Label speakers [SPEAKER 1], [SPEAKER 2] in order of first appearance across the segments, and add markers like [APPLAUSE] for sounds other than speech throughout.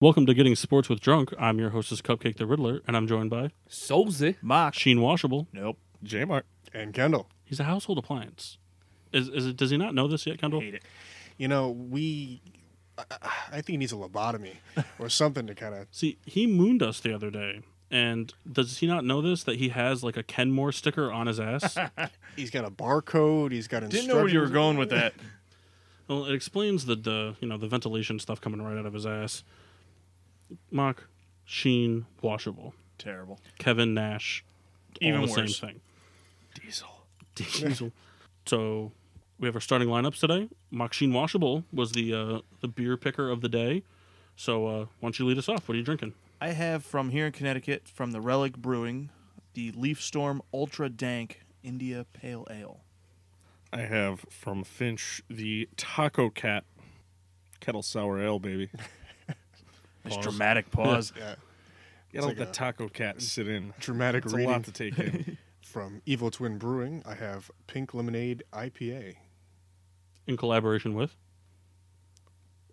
[SPEAKER 1] Welcome to Getting Sports with Drunk. I'm your hostess, Cupcake the Riddler, and I'm joined by
[SPEAKER 2] Solzy.
[SPEAKER 3] Mark.
[SPEAKER 1] Sheen Washable.
[SPEAKER 3] Nope.
[SPEAKER 4] J Mart.
[SPEAKER 5] and Kendall.
[SPEAKER 1] He's a household appliance. Is, is it, does he not know this yet, Kendall?
[SPEAKER 3] Hate it.
[SPEAKER 5] You know, we. I- I think he needs a lobotomy
[SPEAKER 4] [LAUGHS]
[SPEAKER 5] or something to kind of.
[SPEAKER 1] See, he mooned us the other day, and does he not know this that he has like a Kenmore sticker on his
[SPEAKER 3] [LAUGHS]
[SPEAKER 1] ass?
[SPEAKER 5] He's got a barcode. He's got
[SPEAKER 4] Didn't
[SPEAKER 5] instructions.
[SPEAKER 4] know where you were going with that. [LAUGHS]
[SPEAKER 1] well, it explains the, the you know the ventilation stuff coming right out of his ass. Mock, Sheen, Washable,
[SPEAKER 4] Terrible.
[SPEAKER 1] Kevin Nash, all
[SPEAKER 4] Even
[SPEAKER 1] the
[SPEAKER 4] worse.
[SPEAKER 1] same thing.
[SPEAKER 4] Diesel.
[SPEAKER 1] Diesel. [LAUGHS] so we have our starting lineups today. Maxine Washable was the uh, the beer picker of the day. So uh, why don't you lead us off? What are you drinking?
[SPEAKER 3] I have from here in Connecticut, from the Relic Brewing, the Leaf Storm Ultra Dank India Pale Ale.
[SPEAKER 4] I have from Finch the Taco Cat Kettle Sour Ale, baby.
[SPEAKER 3] This
[SPEAKER 1] Pause.
[SPEAKER 3] dramatic pause.
[SPEAKER 5] Yeah,
[SPEAKER 4] Gotta
[SPEAKER 5] like
[SPEAKER 4] let the
[SPEAKER 5] a-
[SPEAKER 4] Taco Cat sit in.
[SPEAKER 5] dramatic
[SPEAKER 4] It's a lot
[SPEAKER 5] reading
[SPEAKER 4] to take in.
[SPEAKER 5] from Evil Twin Brewing. I have Pink Lemonade IPA.
[SPEAKER 1] In collaboration with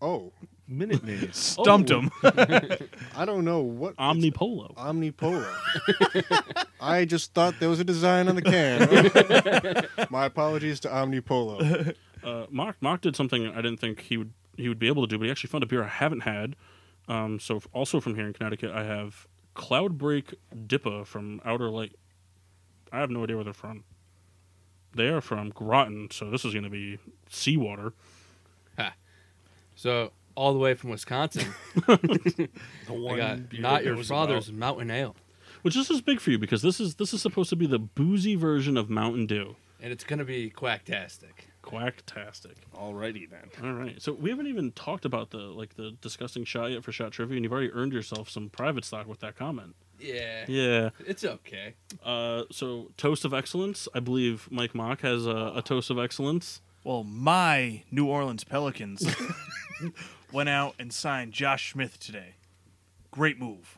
[SPEAKER 5] Oh,
[SPEAKER 4] Minute
[SPEAKER 2] [LAUGHS]
[SPEAKER 4] Maze.
[SPEAKER 3] Stumped
[SPEAKER 1] Oh.
[SPEAKER 3] him.
[SPEAKER 5] I don't know what
[SPEAKER 4] Um,
[SPEAKER 1] Omnipolo.
[SPEAKER 4] [LAUGHS]
[SPEAKER 5] Omnipolar. I just thought there was a design on the can.
[SPEAKER 4] [LAUGHS]
[SPEAKER 5] My apologies to Omnipolo.
[SPEAKER 1] Uh, Mark Mark did something I didn't think he would he would be able to do, but he actually found a beer I haven't had. Um, so f- also from here in Connecticut, I have Cloudbreak Dippa from Outer Lake. I have no idea where they're from. They are from Groton, so this is going to be seawater.
[SPEAKER 2] So all the way from Wisconsin,
[SPEAKER 4] The
[SPEAKER 2] I
[SPEAKER 4] one
[SPEAKER 2] got
[SPEAKER 4] beer
[SPEAKER 2] not
[SPEAKER 4] that
[SPEAKER 2] your
[SPEAKER 4] was
[SPEAKER 2] father's
[SPEAKER 4] about-
[SPEAKER 2] Mountain Ale,
[SPEAKER 1] Which this is big for you because this is this is supposed to be the boozy version of Mountain Dew.
[SPEAKER 2] and it's gonna be quacktastic.
[SPEAKER 1] Quacktastic.
[SPEAKER 4] Alrighty then.
[SPEAKER 1] All right. So we haven't even talked about the like the disgusting shot yet for shot trivia, and you've already earned yourself some private stock with that comment.
[SPEAKER 2] Yeah,
[SPEAKER 1] Yeah.
[SPEAKER 2] it's okay.
[SPEAKER 1] Uh, so toast of excellence. I believe Mike Mock has a, a toast of excellence.
[SPEAKER 3] Well, my New
[SPEAKER 1] [LAUGHS]
[SPEAKER 3] Orleans Pelicans went out and signed Josh Smith today. Great move.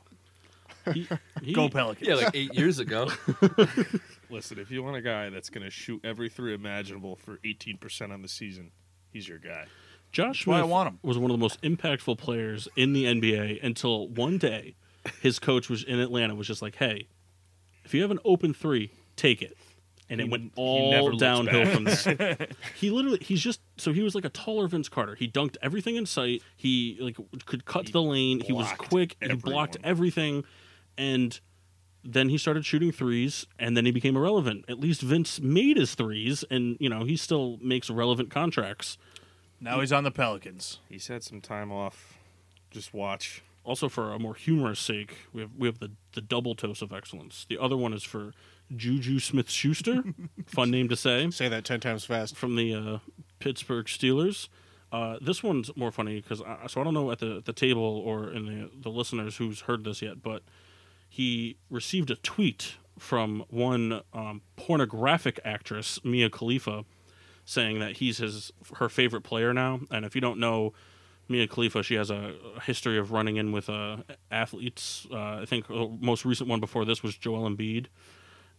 [SPEAKER 1] He, he-
[SPEAKER 3] Go Pelicans.
[SPEAKER 2] Yeah, [LAUGHS] like eight years ago.
[SPEAKER 4] Listen, if you want a guy that's gonna shoot every three imaginable for 18% on the season, he's your guy.
[SPEAKER 1] Josh
[SPEAKER 3] why I
[SPEAKER 1] Smith
[SPEAKER 3] want him.
[SPEAKER 1] was one of the most impactful players in the NBA until one day, his coach was in Atlanta was just like, "Hey, if you have an open three, take it." And it
[SPEAKER 4] He-
[SPEAKER 1] went
[SPEAKER 4] he never
[SPEAKER 1] all
[SPEAKER 4] looks
[SPEAKER 1] downhill
[SPEAKER 4] back.
[SPEAKER 1] from there.
[SPEAKER 4] [LAUGHS]
[SPEAKER 1] he literally, he's just so he was like a taller Vince Carter. He dunked everything in sight. He like could cut to the lane. He was
[SPEAKER 4] blocked
[SPEAKER 1] quick. He blocked
[SPEAKER 4] everyone.
[SPEAKER 1] everything, and then he started shooting threes, and then he became irrelevant. At least Vince made his threes, and you know he still makes relevant contracts.
[SPEAKER 3] Now he's on the Pelicans.
[SPEAKER 4] He's had some time off. Just watch.
[SPEAKER 1] also for a more humorous sake, we have we have the the double toast of excellence. The other one is for Juju Smith Schuster, fun name to say,
[SPEAKER 5] Say that ten times fast.
[SPEAKER 1] from the uh, Pittsburgh Steelers. Uh, this one's more funny because I, so I don't know at the at the table or in the the listeners who's heard this yet, but he received a tweet from one um, pornographic actress, Mia Khalifa, saying that he's his her favorite player now. And if you don't know Mia Khalifa, she has a a history of running in with uh, athletes. Uh, I think the most recent one before this was Joel Embiid,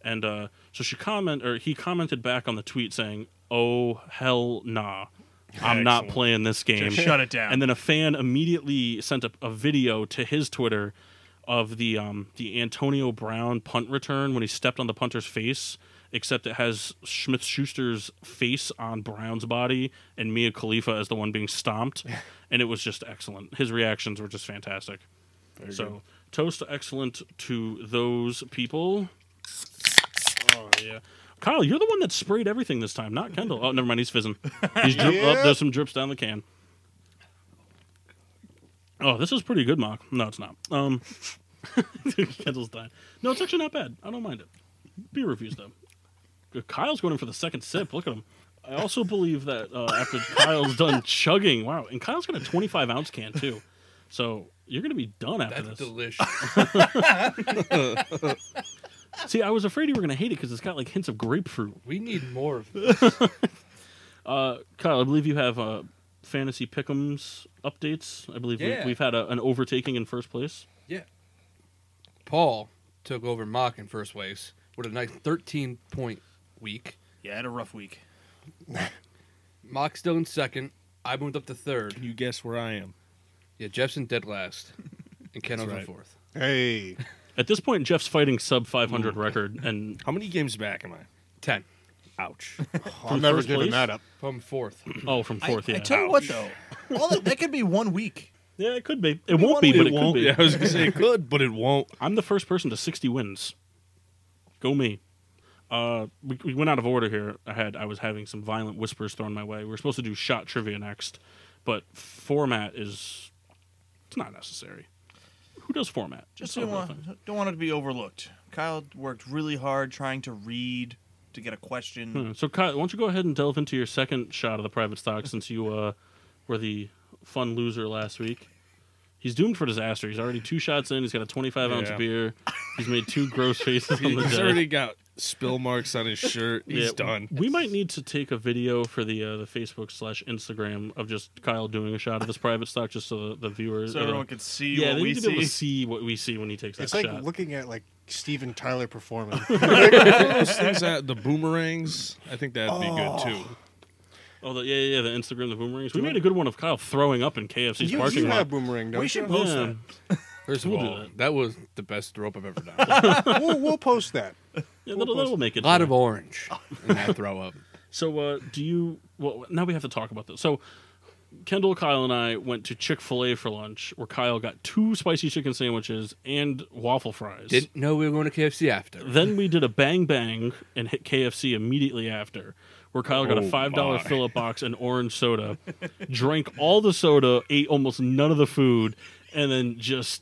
[SPEAKER 1] and uh, so she comment or he commented back on the tweet saying, "Oh hell nah." I'm not
[SPEAKER 4] Excellent.
[SPEAKER 1] playing this game.
[SPEAKER 3] Just shut it down.
[SPEAKER 1] And then a fan immediately sent a, a video to his Twitter of the um, the Antonio Brown punt return when he stepped on the punter's face, except it has Smith Schuster's face on Brown's body and Mia Khalifa as the one being stomped, and it was just excellent. His reactions were just fantastic. so toast excellent to those people. Oh yeah. Kyle, you're the one that sprayed everything this time, not Kendall. Oh, never mind. He's fizzing. He's drip- oh,
[SPEAKER 5] Yeah.
[SPEAKER 1] there's some drips down the can. Oh, this is pretty good, Mock. No, it's not. Um, [LAUGHS] Kendall's dying. No, it's actually not bad. I don't mind it. Beer reviews, though. Good. Kyle's going in for the second sip. Look at him. I also believe that uh, after Kyle's done chugging, wow, and Kyle's got a 25 ounce can, too. So you're going to be done after
[SPEAKER 2] That's
[SPEAKER 1] this.
[SPEAKER 2] delicious.
[SPEAKER 1] See, I was afraid you were going to hate it because it's got like hints of grapefruit.
[SPEAKER 2] We need more of this.
[SPEAKER 1] Uh, Kyle, I believe you have uh, fantasy pickums updates. I believe
[SPEAKER 2] Yeah.
[SPEAKER 1] we, we've had a, an overtaking in first place.
[SPEAKER 2] Yeah. Paul took over Mock in first place with a nice 13 point week.
[SPEAKER 3] Yeah, I had a rough week.
[SPEAKER 2] Mock still in second. I moved up to third.
[SPEAKER 4] Can you guess where I am?
[SPEAKER 2] Yeah, Jepson dead last, and Keno's in
[SPEAKER 4] right.
[SPEAKER 2] fourth.
[SPEAKER 5] Hey,
[SPEAKER 1] At this point, Jeff's fighting sub 500 record, and
[SPEAKER 4] How many games back am I?
[SPEAKER 2] Ten.
[SPEAKER 4] [LAUGHS] Ouch.
[SPEAKER 5] Oh, I'm never
[SPEAKER 1] first
[SPEAKER 5] giving
[SPEAKER 1] place?
[SPEAKER 5] that up.
[SPEAKER 2] From fourth.
[SPEAKER 1] oh, from fourth,
[SPEAKER 6] I,
[SPEAKER 1] yeah,
[SPEAKER 6] I tell you what, though, all that, that could be one week.
[SPEAKER 1] yeah, it could be. It won't be,
[SPEAKER 4] it
[SPEAKER 1] but it,
[SPEAKER 4] won't.
[SPEAKER 1] could be.
[SPEAKER 4] Yeah, I was gonna say it could, but it won't.
[SPEAKER 1] I'm the first person to 60 wins. Go me. Uh, we, we went out of order here. I had I was having some violent whispers thrown my way. We were supposed to do shot trivia next, but format is it's not necessary. Who does format?
[SPEAKER 3] Just
[SPEAKER 1] It's not a
[SPEAKER 3] don't
[SPEAKER 1] real
[SPEAKER 3] want,
[SPEAKER 1] thing.
[SPEAKER 3] don't want it to be overlooked. Kyle worked really hard trying to read to get a question.
[SPEAKER 1] Hmm, So, Kyle, why don't you go ahead and delve into your second shot of the private stock since you uh, were the fun loser last week? He's doomed for disaster. He's already two shots in. He's got a 25 ounce
[SPEAKER 4] Yeah.
[SPEAKER 1] beer. He's made two gross faces on the
[SPEAKER 4] He's
[SPEAKER 1] day.
[SPEAKER 4] already got spill marks on his shirt. He's
[SPEAKER 1] Yeah, [LAUGHS]
[SPEAKER 4] done.
[SPEAKER 1] We might need to take a video for the uh, the Facebook slash Instagram of just Kyle doing a shot of this private stock, just so the, the viewers.
[SPEAKER 3] So
[SPEAKER 1] uh,
[SPEAKER 3] everyone could see
[SPEAKER 1] yeah,
[SPEAKER 3] what
[SPEAKER 1] they
[SPEAKER 3] we
[SPEAKER 1] need to be able
[SPEAKER 3] see.
[SPEAKER 1] to see what we see when he takes that
[SPEAKER 5] It's like
[SPEAKER 1] shot.
[SPEAKER 5] looking at like Steven Tyler
[SPEAKER 4] [LAUGHS]
[SPEAKER 5] performing.
[SPEAKER 4] Those things that- the boomerangs. I think that'd be good too.
[SPEAKER 1] oh, the, yeah, yeah, yeah, the Instagram, the boomerangs. We made a good one of Kyle throwing up in KFC's
[SPEAKER 5] you
[SPEAKER 1] parking
[SPEAKER 5] you
[SPEAKER 1] lot.
[SPEAKER 5] have boomerang, don't
[SPEAKER 3] We
[SPEAKER 5] you?
[SPEAKER 3] should post
[SPEAKER 1] Yeah.
[SPEAKER 3] that.
[SPEAKER 2] First of
[SPEAKER 1] We'll do
[SPEAKER 2] all,
[SPEAKER 1] that.
[SPEAKER 2] that was the best throw up I've ever done.
[SPEAKER 5] we'll, we'll post that.
[SPEAKER 1] Yeah, that'll, that'll make
[SPEAKER 2] A
[SPEAKER 1] it.
[SPEAKER 2] lot
[SPEAKER 1] to
[SPEAKER 2] of orange in that throw up.
[SPEAKER 1] So, uh, do you? Well, now we have to talk about this. So, Kendall, Kyle, and I went to Chick Fil A for lunch, where Kyle got two spicy chicken sandwiches and waffle fries.
[SPEAKER 2] Didn't know we were going to KFC after.
[SPEAKER 1] then we did a bang bang and hit KFC immediately after, where Kyle got a
[SPEAKER 4] Oh,
[SPEAKER 1] five dollar
[SPEAKER 4] my.
[SPEAKER 1] fill up box and orange
[SPEAKER 5] [LAUGHS]
[SPEAKER 1] soda, drank all the soda, ate almost none of the food, and then just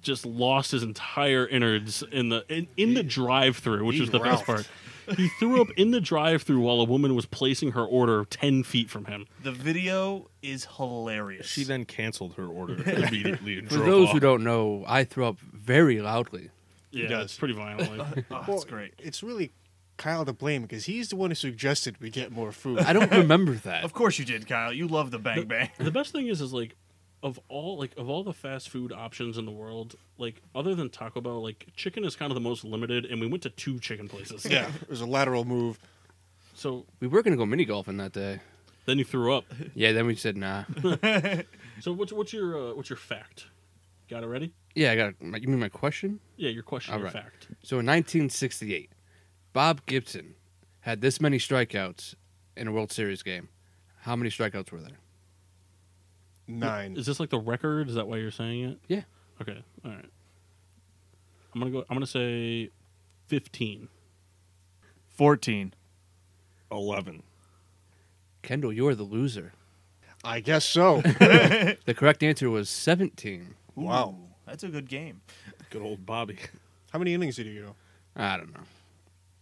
[SPEAKER 1] just lost his entire innards in the in, in the drive through, which
[SPEAKER 5] He
[SPEAKER 1] was the best part.
[SPEAKER 5] ralphed.
[SPEAKER 1] He threw up in the drive through while a woman was placing her order ten feet from him.
[SPEAKER 3] The video is hilarious.
[SPEAKER 4] She then canceled her order immediately and
[SPEAKER 2] For
[SPEAKER 4] drove
[SPEAKER 2] those
[SPEAKER 4] off.
[SPEAKER 2] who don't know, I throw up very loudly.
[SPEAKER 1] Yeah,
[SPEAKER 5] does.
[SPEAKER 1] it's pretty violently.
[SPEAKER 5] [LAUGHS]
[SPEAKER 3] oh,
[SPEAKER 5] Well,
[SPEAKER 3] it's great.
[SPEAKER 5] It's really Kyle to blame because he's the one who suggested we get more
[SPEAKER 2] [LAUGHS]
[SPEAKER 5] food.
[SPEAKER 2] I don't remember that.
[SPEAKER 3] Of course you did, Kyle. You love the bang bang.
[SPEAKER 1] the best thing is is like of all like of all the fast food options in the world like other than taco bell like chicken is kind of the most limited and we went to two chicken places
[SPEAKER 5] yeah, [LAUGHS] it was a lateral move.
[SPEAKER 1] so
[SPEAKER 2] We were going to go mini golfing that day.
[SPEAKER 1] then you threw up
[SPEAKER 2] Yeah, then we said nah.
[SPEAKER 1] so what's what's your uh, what's your fact got it ready
[SPEAKER 2] Yeah, I got. You mean my question?
[SPEAKER 1] yeah your question
[SPEAKER 2] All
[SPEAKER 1] your
[SPEAKER 2] right.
[SPEAKER 1] fact
[SPEAKER 2] So in 1968, Bob Gibson had this many strikeouts in a World Series game. How many strikeouts were there?
[SPEAKER 5] Nine.
[SPEAKER 1] is this like the record is that why you're saying it
[SPEAKER 2] Yeah.
[SPEAKER 1] okay all right i'm gonna go i'm gonna say 15
[SPEAKER 3] 14.
[SPEAKER 4] Eleven.
[SPEAKER 2] Kendall, you're the loser.
[SPEAKER 5] I guess so. [LAUGHS]
[SPEAKER 2] The correct answer was 17.
[SPEAKER 5] Wow.
[SPEAKER 3] Ooh, That's a good game.
[SPEAKER 4] Good old Bobby.
[SPEAKER 5] How many innings did you go?
[SPEAKER 2] I don't know.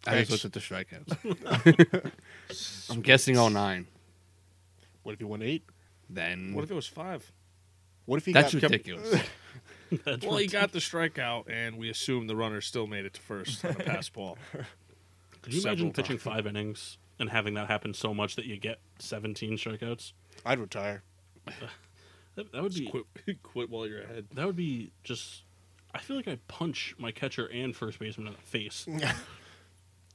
[SPEAKER 2] I
[SPEAKER 5] Thanks.
[SPEAKER 2] just looked at the strikeouts. I'm guessing all nine.
[SPEAKER 5] What if he won eight?
[SPEAKER 2] Then
[SPEAKER 4] What if it was five?
[SPEAKER 5] What if he
[SPEAKER 2] that's
[SPEAKER 5] got
[SPEAKER 2] ridiculous.
[SPEAKER 1] That's
[SPEAKER 4] well, he got the strikeout, and we assume the runner still made it to first on a pass ball.
[SPEAKER 1] could you
[SPEAKER 4] several
[SPEAKER 1] imagine pitching
[SPEAKER 4] times.
[SPEAKER 1] five innings and having that happen so much that you get 17 strikeouts
[SPEAKER 5] I'd retire.
[SPEAKER 1] that, that would be
[SPEAKER 4] Quit, [LAUGHS] quit while you're ahead.
[SPEAKER 1] That would be just. I feel like I punch my catcher and first baseman in the
[SPEAKER 3] [LAUGHS]
[SPEAKER 1] face,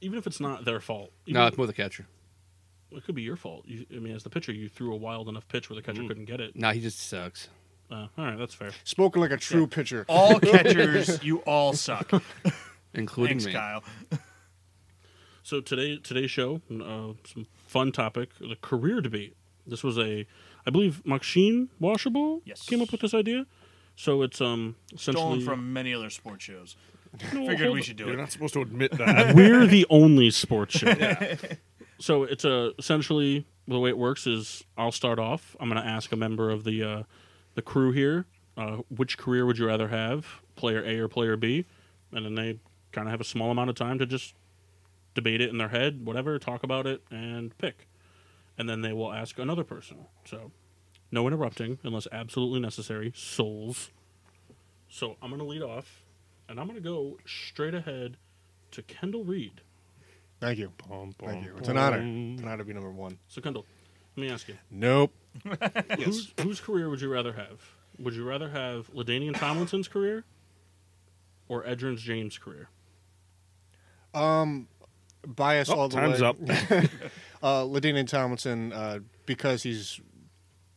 [SPEAKER 1] even if it's not their fault. Even
[SPEAKER 2] no, it's more the catcher.
[SPEAKER 1] it could be your fault. You, I mean, as the pitcher, you threw a wild enough pitch where the catcher couldn't get it.
[SPEAKER 2] Mm. No, he just sucks.
[SPEAKER 1] Uh, all right, that's fair.
[SPEAKER 5] Spoken like a true pitcher.
[SPEAKER 3] All catchers, you all suck.
[SPEAKER 2] Including
[SPEAKER 3] Thanks,
[SPEAKER 2] me.
[SPEAKER 3] Kyle.
[SPEAKER 1] So today, today's show, uh, some fun topic, the career debate. This was a, I believe, Maxine Washable
[SPEAKER 3] Yes.
[SPEAKER 1] came up with this idea. So it's um
[SPEAKER 3] Stolen
[SPEAKER 1] essentially
[SPEAKER 3] from many other sports shows.
[SPEAKER 1] No, Oh,
[SPEAKER 3] Figured
[SPEAKER 1] hold
[SPEAKER 3] we
[SPEAKER 1] on.
[SPEAKER 3] should do
[SPEAKER 4] You're
[SPEAKER 3] it.
[SPEAKER 4] not supposed to admit
[SPEAKER 1] [LAUGHS]
[SPEAKER 4] that.
[SPEAKER 1] We're the only sports show. So it's a essentially the way it works is I'll start off. I'm going to ask a member of the uh, the crew here, uh, which career would you rather have, player A or player B, and then they kind of have a small amount of time to just debate it in their head, whatever, talk about it, and pick. And then they will ask another person. So no interrupting unless absolutely necessary. Souls. So I'm going to lead off, and I'm going to go straight ahead to Kendall Reed.
[SPEAKER 5] Thank you.
[SPEAKER 4] Bum, bum,
[SPEAKER 5] Thank you. It's an honor.
[SPEAKER 4] bum.
[SPEAKER 5] It's an honor to be number one.
[SPEAKER 1] So Kendall, let me ask you.
[SPEAKER 5] Nope.
[SPEAKER 1] Whose, whose career would you rather have? Would you rather have Ladanian Tomlinson's career or Edrin's James' career?
[SPEAKER 5] Um, bias
[SPEAKER 4] Oh,
[SPEAKER 5] all the
[SPEAKER 4] time's
[SPEAKER 5] way.
[SPEAKER 4] up.
[SPEAKER 5] Uh, Ladainian Tomlinson, uh, because he's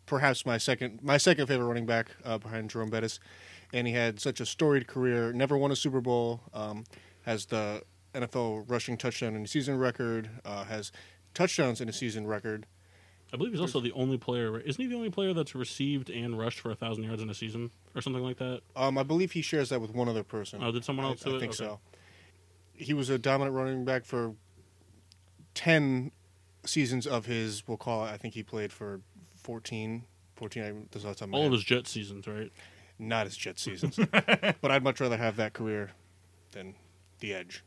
[SPEAKER 5] perhaps my second my second favorite running back uh, behind Jerome Bettis, and he had such a storied career. Never won a Super Bowl. Um, has the NFL rushing touchdown in a season record. Uh, has touchdowns in a season record.
[SPEAKER 1] I believe he's also the only player. Isn't he the only player that's received and rushed for a thousand yards in a season or something like that?
[SPEAKER 5] Um, I believe he shares that with one other person.
[SPEAKER 1] Oh, did someone else
[SPEAKER 5] I,
[SPEAKER 1] do
[SPEAKER 5] I
[SPEAKER 1] it?
[SPEAKER 5] think
[SPEAKER 1] Okay.
[SPEAKER 5] so. He was a dominant running back for ten seasons of his. We'll call it. I think he played for 14. 14. I, that's all the time I
[SPEAKER 1] All
[SPEAKER 5] have.
[SPEAKER 1] of his jet seasons, right?
[SPEAKER 5] not his [LAUGHS] jet seasons. but I'd much rather have that career than the edge.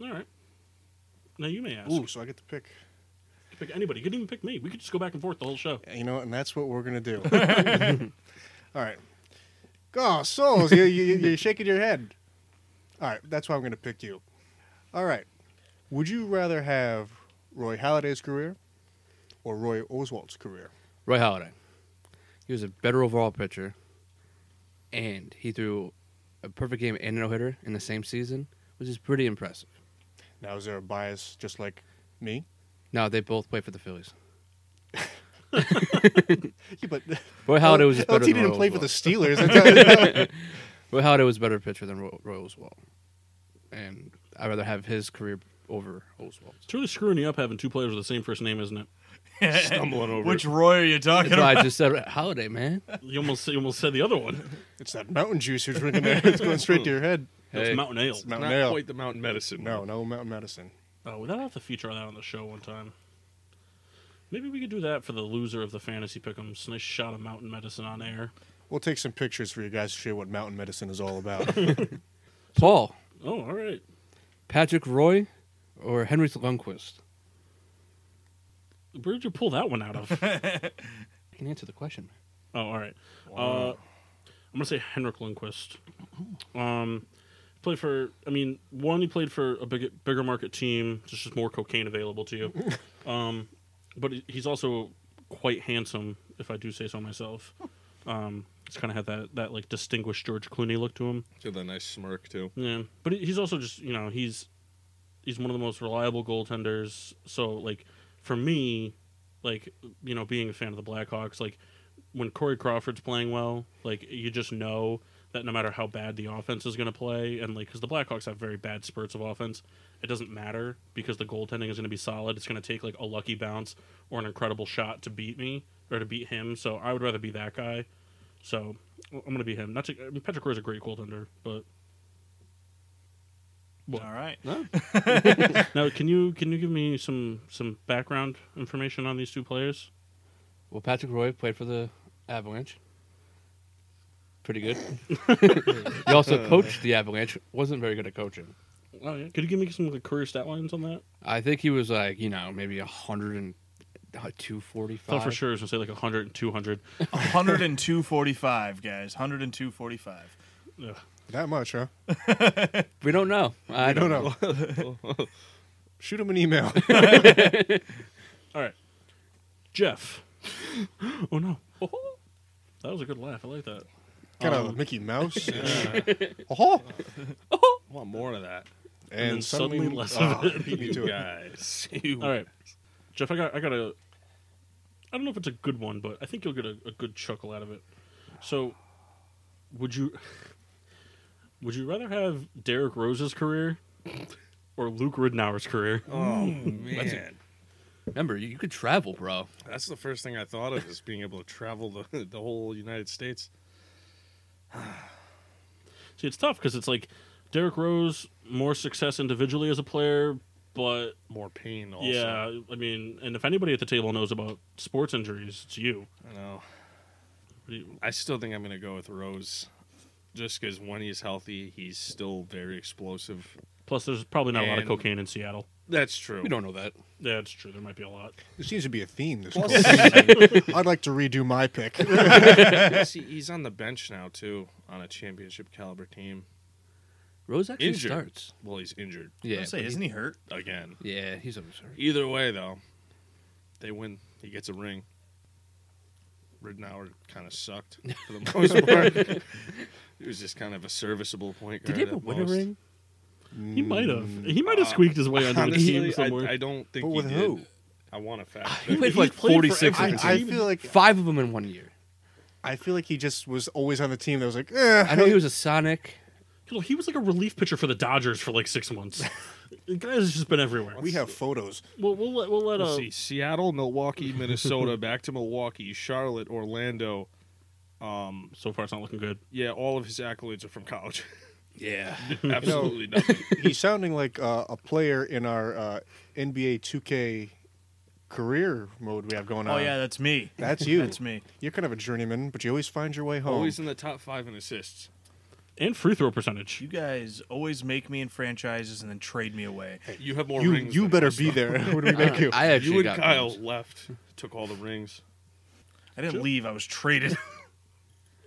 [SPEAKER 1] All right. Now you may ask.
[SPEAKER 5] Ooh, so I get to pick.
[SPEAKER 1] You could Pick anybody. You could even pick me. We could just go back and forth the whole show.
[SPEAKER 5] You know, and that's what we're gonna [LAUGHS] do. All right. Oh, souls, you, you, you're shaking your head. All right, that's why I'm gonna pick you. All right. Would you rather have Roy Halladay's career or Roy Oswald's career?
[SPEAKER 2] Roy Halladay. He was a better overall pitcher, and he threw a perfect game and a no hitter in the same season, which is pretty impressive.
[SPEAKER 5] Now, is there a bias just like me?
[SPEAKER 2] Now they both play for the Phillies.
[SPEAKER 5] Yeah, but
[SPEAKER 2] Roy Halladay was just
[SPEAKER 5] [LAUGHS] LT
[SPEAKER 2] better than
[SPEAKER 5] didn't
[SPEAKER 2] Roy
[SPEAKER 5] play for the
[SPEAKER 2] Oswalt. [LAUGHS]
[SPEAKER 5] Steelers. That's-
[SPEAKER 2] Roy Halladay was a better pitcher than Roy, Roy Oswalt, and I'd rather have his career over Oswald's.
[SPEAKER 1] It's really screwing you up having two players with the same first name, isn't it?
[SPEAKER 4] Stumbling over.
[SPEAKER 3] [LAUGHS] Which Roy are you talking
[SPEAKER 2] That's why
[SPEAKER 3] about?
[SPEAKER 2] I just said Halladay, man.
[SPEAKER 1] You almost you almost said the other one.
[SPEAKER 5] it's that mountain juice you're drinking there. It's going straight to your head.
[SPEAKER 1] It's Mountain Ale.
[SPEAKER 5] Mountain
[SPEAKER 4] not
[SPEAKER 5] ale.
[SPEAKER 4] quite the mountain medicine.
[SPEAKER 5] No, no mountain medicine.
[SPEAKER 1] Oh, we'll have to feature that on the show one time. Maybe we could do that for the loser of the fantasy pick'ems. Nice shot of mountain medicine on air.
[SPEAKER 5] We'll take some pictures for you guys to show you what mountain medicine is all about.
[SPEAKER 2] Paul,
[SPEAKER 1] Oh, all right.
[SPEAKER 2] Patrick Roy, or Henrik Lundqvist?
[SPEAKER 1] Where did you pull that one out of? oh,
[SPEAKER 2] I can answer the question, man.
[SPEAKER 1] all right. Uh, I'm gonna say Henrik Lundqvist. Um, played for. I mean, one, he played for a big, bigger market team. There's just more cocaine available to you. um, but he- he's also quite handsome, if I do say so myself. Um, he's kind of had that that like distinguished George Clooney look to him.
[SPEAKER 4] With a nice smirk too.
[SPEAKER 1] Yeah, but he- he's also just you know he's he's one of the most reliable goaltenders. So like for me, like you know being a fan of the Blackhawks, like when Corey Crawford's playing well, like you just know that no matter how bad the offense is going to play, and like because the Blackhawks have very bad spurts of offense, it doesn't matter because the goaltending is going to be solid. It's going to take like a lucky bounce or an incredible shot to beat me or to beat him. So I would rather be that guy. So I'm going to be him. Not to, I mean, Patrick Roy's a great goaltender, but
[SPEAKER 3] All right.
[SPEAKER 1] [LAUGHS] Now, can you can you give me some some background information on these two players?
[SPEAKER 2] Well, Patrick Roy played for the Avalanche. Pretty good. he also coached the Avalanche. Wasn't very good at coaching.
[SPEAKER 1] Oh yeah, could you give me some of the career stat lines on that?
[SPEAKER 2] I think he was like, you know, maybe a hundred and uh, 245.
[SPEAKER 1] I thought Oh, for sure it was gonna say like 100 and [LAUGHS] 200.
[SPEAKER 3] 102.45, guys. 102.45.
[SPEAKER 1] Ugh.
[SPEAKER 5] that much, huh?
[SPEAKER 2] We don't know. I
[SPEAKER 5] No,
[SPEAKER 2] don't know.
[SPEAKER 5] no. Shoot him an email.
[SPEAKER 1] All right, Jeff. [LAUGHS] oh no, [LAUGHS] that was a good laugh. I like that.
[SPEAKER 5] Kind of Mickey Mouse. Oh,
[SPEAKER 4] I want more of [LAUGHS] that.
[SPEAKER 5] and,
[SPEAKER 1] then suddenly less of it.
[SPEAKER 5] beat Ah, me
[SPEAKER 4] You
[SPEAKER 5] to it.
[SPEAKER 4] guys. [LAUGHS] You-
[SPEAKER 1] All right, Jeff. I got I got a. I don't know if it's a good one, but I think you'll get a, a good chuckle out of it. So, would you [LAUGHS] would you rather have Derek Rose's career or Luke Ridnour's career?
[SPEAKER 4] Oh man,
[SPEAKER 2] [LAUGHS] Remember, you could travel, bro.
[SPEAKER 4] that's the first thing I thought of is being able to travel the [LAUGHS] the whole United States.
[SPEAKER 1] See, it's tough because it's like Derrick Rose more success individually as a player, but
[SPEAKER 4] More pain. Also.
[SPEAKER 1] yeah, I mean, and if anybody at the table knows about sports injuries, it's you.
[SPEAKER 4] I know.
[SPEAKER 1] What do you-
[SPEAKER 4] I still think I'm going to go with Rose, just because when he's healthy, he's still very explosive.
[SPEAKER 1] Plus, there's probably not a lot of
[SPEAKER 4] And-
[SPEAKER 1] cocaine in Seattle.
[SPEAKER 4] That's true.
[SPEAKER 2] We don't know that.
[SPEAKER 1] Yeah, it's true. There might be a lot.
[SPEAKER 5] There seems to be a theme this call. I'd like to redo my pick.
[SPEAKER 4] See, he's on the bench now too on a championship caliber team.
[SPEAKER 2] Rose actually
[SPEAKER 4] Injured.
[SPEAKER 2] starts.
[SPEAKER 4] Well, he's injured
[SPEAKER 2] Yeah.
[SPEAKER 3] I say,
[SPEAKER 2] but
[SPEAKER 3] isn't he hurt?
[SPEAKER 4] again.
[SPEAKER 2] he- yeah, he's always hurt.
[SPEAKER 4] Either way, though, they win. He gets a ring. Ridnour kind of sucked for
[SPEAKER 2] [LAUGHS]
[SPEAKER 4] the most part. he was just kind of a serviceable point
[SPEAKER 2] Did
[SPEAKER 4] guard.
[SPEAKER 2] he ever
[SPEAKER 4] at
[SPEAKER 2] win a
[SPEAKER 4] most.
[SPEAKER 2] ring?
[SPEAKER 5] Hmm.
[SPEAKER 1] He might have. He might have squeaked his way onto a
[SPEAKER 4] [LAUGHS] Honestly,
[SPEAKER 1] team
[SPEAKER 4] I,
[SPEAKER 1] somewhere.
[SPEAKER 4] I don't think
[SPEAKER 5] But
[SPEAKER 4] he
[SPEAKER 5] with
[SPEAKER 4] did.
[SPEAKER 5] who?
[SPEAKER 4] I want a fact.
[SPEAKER 2] He played
[SPEAKER 4] check.
[SPEAKER 2] for
[SPEAKER 1] He's
[SPEAKER 2] like
[SPEAKER 1] played for
[SPEAKER 2] 46
[SPEAKER 1] every
[SPEAKER 2] of
[SPEAKER 5] I,
[SPEAKER 2] the
[SPEAKER 5] I
[SPEAKER 2] season.
[SPEAKER 5] feel like
[SPEAKER 2] Five of them in one year.
[SPEAKER 5] I feel like he just was always on the team that was like, eh.
[SPEAKER 2] I know he was a Sonic.
[SPEAKER 1] You know, he was like a relief pitcher for the Dodgers for like six [LAUGHS] months. the guy has just been everywhere.
[SPEAKER 5] We have photos.
[SPEAKER 1] We'll, we'll let we'll let
[SPEAKER 4] Let's
[SPEAKER 1] uh,
[SPEAKER 4] see.
[SPEAKER 2] [LAUGHS]
[SPEAKER 4] Seattle, Milwaukee, Minnesota, back to Milwaukee, Charlotte, Orlando. Um,
[SPEAKER 1] so far it's not looking good.
[SPEAKER 4] yeah, all of his accolades are from college.
[SPEAKER 2] Yeah.
[SPEAKER 4] [LAUGHS]
[SPEAKER 2] [LAUGHS]
[SPEAKER 4] Absolutely nothing.
[SPEAKER 5] He's sounding like uh, a player in our uh, NBA 2K career mode we have going on.
[SPEAKER 3] Oh yeah, that's me.
[SPEAKER 5] That's you.
[SPEAKER 3] That's me.
[SPEAKER 5] You're kind of a journeyman, but you always find your way home.
[SPEAKER 4] Always in the top five in assists.
[SPEAKER 1] And free throw percentage.
[SPEAKER 3] You guys always make me in franchises and then trade me away.
[SPEAKER 4] You have more
[SPEAKER 5] you
[SPEAKER 4] rings.
[SPEAKER 5] you
[SPEAKER 4] than
[SPEAKER 5] better
[SPEAKER 4] us.
[SPEAKER 5] be there. [LAUGHS] what do we
[SPEAKER 4] [LAUGHS]
[SPEAKER 5] make you?
[SPEAKER 2] I actually
[SPEAKER 4] You and
[SPEAKER 2] got
[SPEAKER 4] Kyle
[SPEAKER 2] those.
[SPEAKER 4] left, took all the rings.
[SPEAKER 3] I didn't leave. I was traded. [LAUGHS]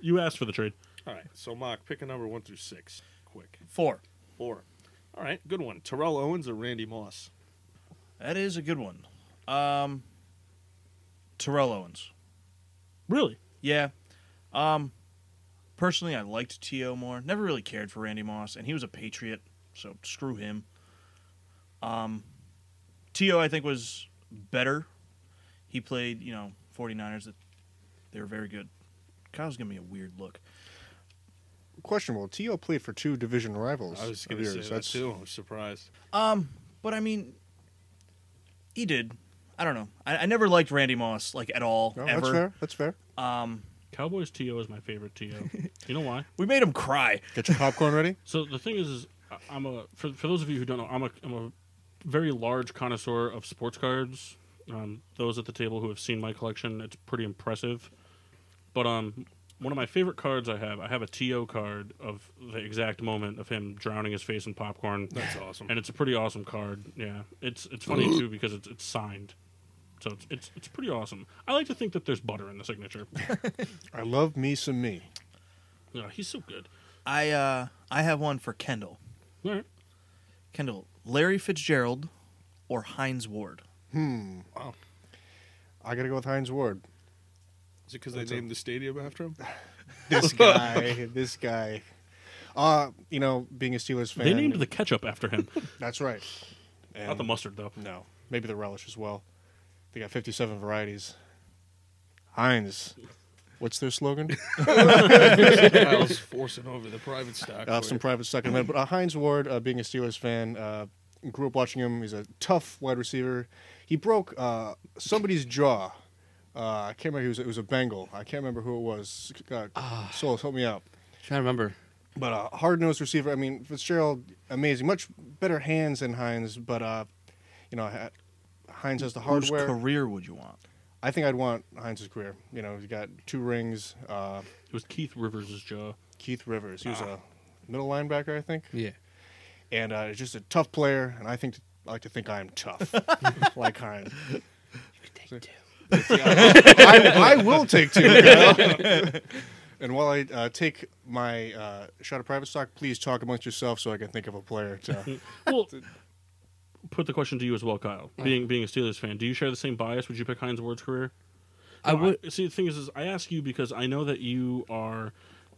[SPEAKER 1] You asked for the trade.
[SPEAKER 4] All right, so Mock, pick a number one through six, quick.
[SPEAKER 3] Four.
[SPEAKER 4] Four. All right, good one. Terrell Owens or Randy Moss?
[SPEAKER 3] That is a good one. Um, Terrell Owens.
[SPEAKER 1] Really?
[SPEAKER 3] Yeah. Um, personally, I liked T.O. more. Never really cared for Randy Moss, and he was a Patriot, so screw him. Um, T.O. I think was better. He played, you know, 49ers. That They were very good. Kyle's giving me a weird look.
[SPEAKER 5] Questionable. T.O. played for two division rivals.
[SPEAKER 4] I was
[SPEAKER 5] of
[SPEAKER 4] going to say
[SPEAKER 5] yours.
[SPEAKER 4] that too. I was surprised.
[SPEAKER 3] Um, but I mean, he did. I don't know. I, I never liked Randy Moss like at all
[SPEAKER 5] No, that's
[SPEAKER 3] ever.
[SPEAKER 5] fair. That's fair.
[SPEAKER 3] Um,
[SPEAKER 1] Cowboys TO is my favorite TO. [LAUGHS] you know why?
[SPEAKER 3] we made him cry.
[SPEAKER 5] Get your popcorn ready.
[SPEAKER 1] So the thing is, is I- I'm a for, for those of you who don't know, I'm a I'm a very large connoisseur of sports cards. Um, those at the table who have seen my collection, it's pretty impressive. But um, one of my favorite cards I have, I have a TO card of the exact moment of him drowning his face in popcorn,
[SPEAKER 4] That's awesome.
[SPEAKER 1] and it's a pretty awesome card. Yeah, it's it's funny too because it's it's signed, so it's it's it's pretty awesome. I like to think that there's butter in the
[SPEAKER 4] [LAUGHS]
[SPEAKER 1] signature.
[SPEAKER 5] [LAUGHS] I love me some me.
[SPEAKER 1] yeah, he's so good.
[SPEAKER 3] I uh, I have one for Kendall.
[SPEAKER 1] All right.
[SPEAKER 3] Kendall, Larry Fitzgerald, or Heinz Ward.
[SPEAKER 5] I gotta go with Heinz Ward.
[SPEAKER 4] Is it because they named the stadium after him? [LAUGHS]
[SPEAKER 5] This guy. this guy. Uh, you know, being a Steelers fan.
[SPEAKER 1] They named the ketchup after
[SPEAKER 4] [LAUGHS]
[SPEAKER 1] him,
[SPEAKER 5] That's right.
[SPEAKER 1] not the
[SPEAKER 5] And-
[SPEAKER 1] mustard though.
[SPEAKER 5] No, maybe the relish as well. They got 57 varieties. Heinz, what's their slogan?
[SPEAKER 4] Kyle's forcing over the private stock.
[SPEAKER 5] uh, some private second man, but uh, Heinz Ward, uh, being a Steelers fan, uh, grew up watching him. He's a tough wide receiver. He broke uh, somebody's jaw. Uh, I can't remember. He was, it was a Bengal. I can't remember who it was. Uh, Souls, help me out.
[SPEAKER 2] trying to remember.
[SPEAKER 5] But uh, hard nosed receiver. I mean, Fitzgerald, amazing. Much better hands than Heinz, but uh, you know, ha- Heinz has the hardware.
[SPEAKER 3] Whose career would you want?
[SPEAKER 5] I think I'd want Heinz's career. You know, he's got two rings. Uh,
[SPEAKER 1] It was Keith Rivers' jaw.
[SPEAKER 5] Keith Rivers, he was a middle linebacker, I think,
[SPEAKER 2] Yeah.
[SPEAKER 5] and uh, he's just a tough player. And I think I like to think I'm tough, like Heinz. I, I will take two. Kyle. [LAUGHS] and while I uh, take my uh, shot of private stock, please talk amongst yourself so I can think of a player. To,
[SPEAKER 1] Well, put the question to you as well, Kyle. Being being a Steelers fan, do you share the same bias? Would you pick Heinz Ward's career?
[SPEAKER 2] I would.
[SPEAKER 1] see. The thing is, is I ask you because I know that you are,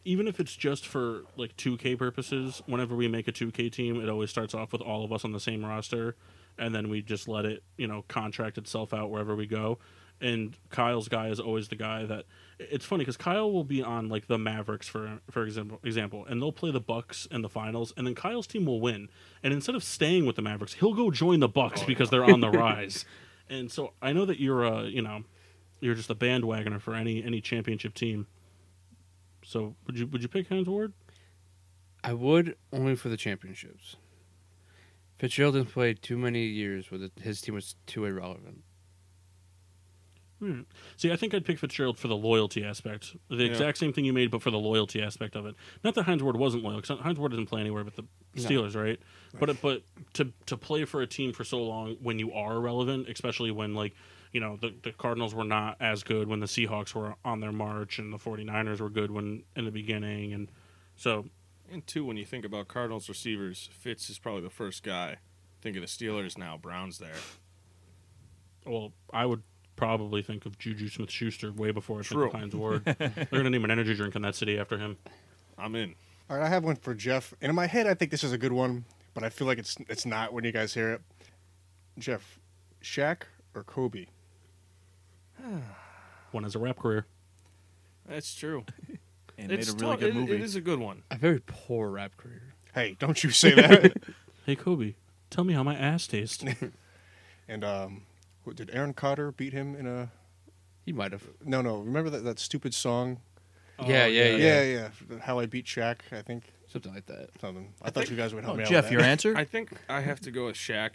[SPEAKER 1] even if it's just for like two K purposes. Whenever we make a two K team, it always starts off with all of us on the same roster, and then we just let it, you know, contract itself out wherever we go. And Kyle's guy is always the guy that it's funny because Kyle will be on like the Mavericks for for example example, and they'll play the Bucks in the finals, and then Kyle's team will win. And instead of staying with the Mavericks, he'll go join the Bucks
[SPEAKER 2] Oh,
[SPEAKER 1] because they're
[SPEAKER 2] [LAUGHS]
[SPEAKER 1] on the rise. And so I know that you're a you know you're just a bandwagoner for any any championship team. So would you would you pick Heinz Ward?
[SPEAKER 2] I would only for the championships. Fitzgerald didn't play too many years where the, his team was too irrelevant.
[SPEAKER 1] Hmm. See, I think I'd pick Fitzgerald for the loyalty aspect. The
[SPEAKER 4] Yeah.
[SPEAKER 1] exact same thing you made, but for the loyalty aspect of it. Not that Heinz Ward wasn't loyal, because Heinz Ward didn't play anywhere but the
[SPEAKER 2] No.
[SPEAKER 1] Steelers, right? But it, but to to play for a team for so long when you are relevant, especially when like you know the, the Cardinals were not as good when the Seahawks were on their march and the 49ers were good when in the beginning, and so
[SPEAKER 4] And two, when you think about Cardinals receivers, Fitz is probably the first guy. Think of the Steelers now. Brown's there.
[SPEAKER 1] Well, I would probably think of Juju Smith Schuster way before I
[SPEAKER 4] True.
[SPEAKER 1] think of
[SPEAKER 4] [LAUGHS]
[SPEAKER 1] Heinz Ward. They're going to name an energy drink in that city after him.
[SPEAKER 4] I'm in.
[SPEAKER 5] all right, I have one for Jeff. And in my head, I think this is a good one, but I feel like it's it's not when you guys hear it. Jeff, Shaq or Kobe?
[SPEAKER 1] One has a rap career.
[SPEAKER 4] That's true.
[SPEAKER 3] and made a really
[SPEAKER 4] tough.
[SPEAKER 3] good
[SPEAKER 4] It-
[SPEAKER 3] movie.
[SPEAKER 4] It is a good one.
[SPEAKER 2] A very poor rap career.
[SPEAKER 5] Hey, don't you say that.
[SPEAKER 1] Hey Kobe, tell me how my ass
[SPEAKER 4] [LAUGHS]
[SPEAKER 1] tastes.
[SPEAKER 5] and um, what, did Aaron Cotter beat him in a?
[SPEAKER 2] He might have.
[SPEAKER 5] No, no. Remember that, that stupid song?
[SPEAKER 4] Oh,
[SPEAKER 2] yeah, yeah, yeah,
[SPEAKER 5] yeah, How I beat Shaq, I think.
[SPEAKER 2] Something like that.
[SPEAKER 5] Something. I, thought you guys would help
[SPEAKER 6] Oh,
[SPEAKER 5] me out.
[SPEAKER 6] Jeff,
[SPEAKER 5] with
[SPEAKER 6] your
[SPEAKER 5] that.
[SPEAKER 6] answer?
[SPEAKER 4] I think I have to go with Shaq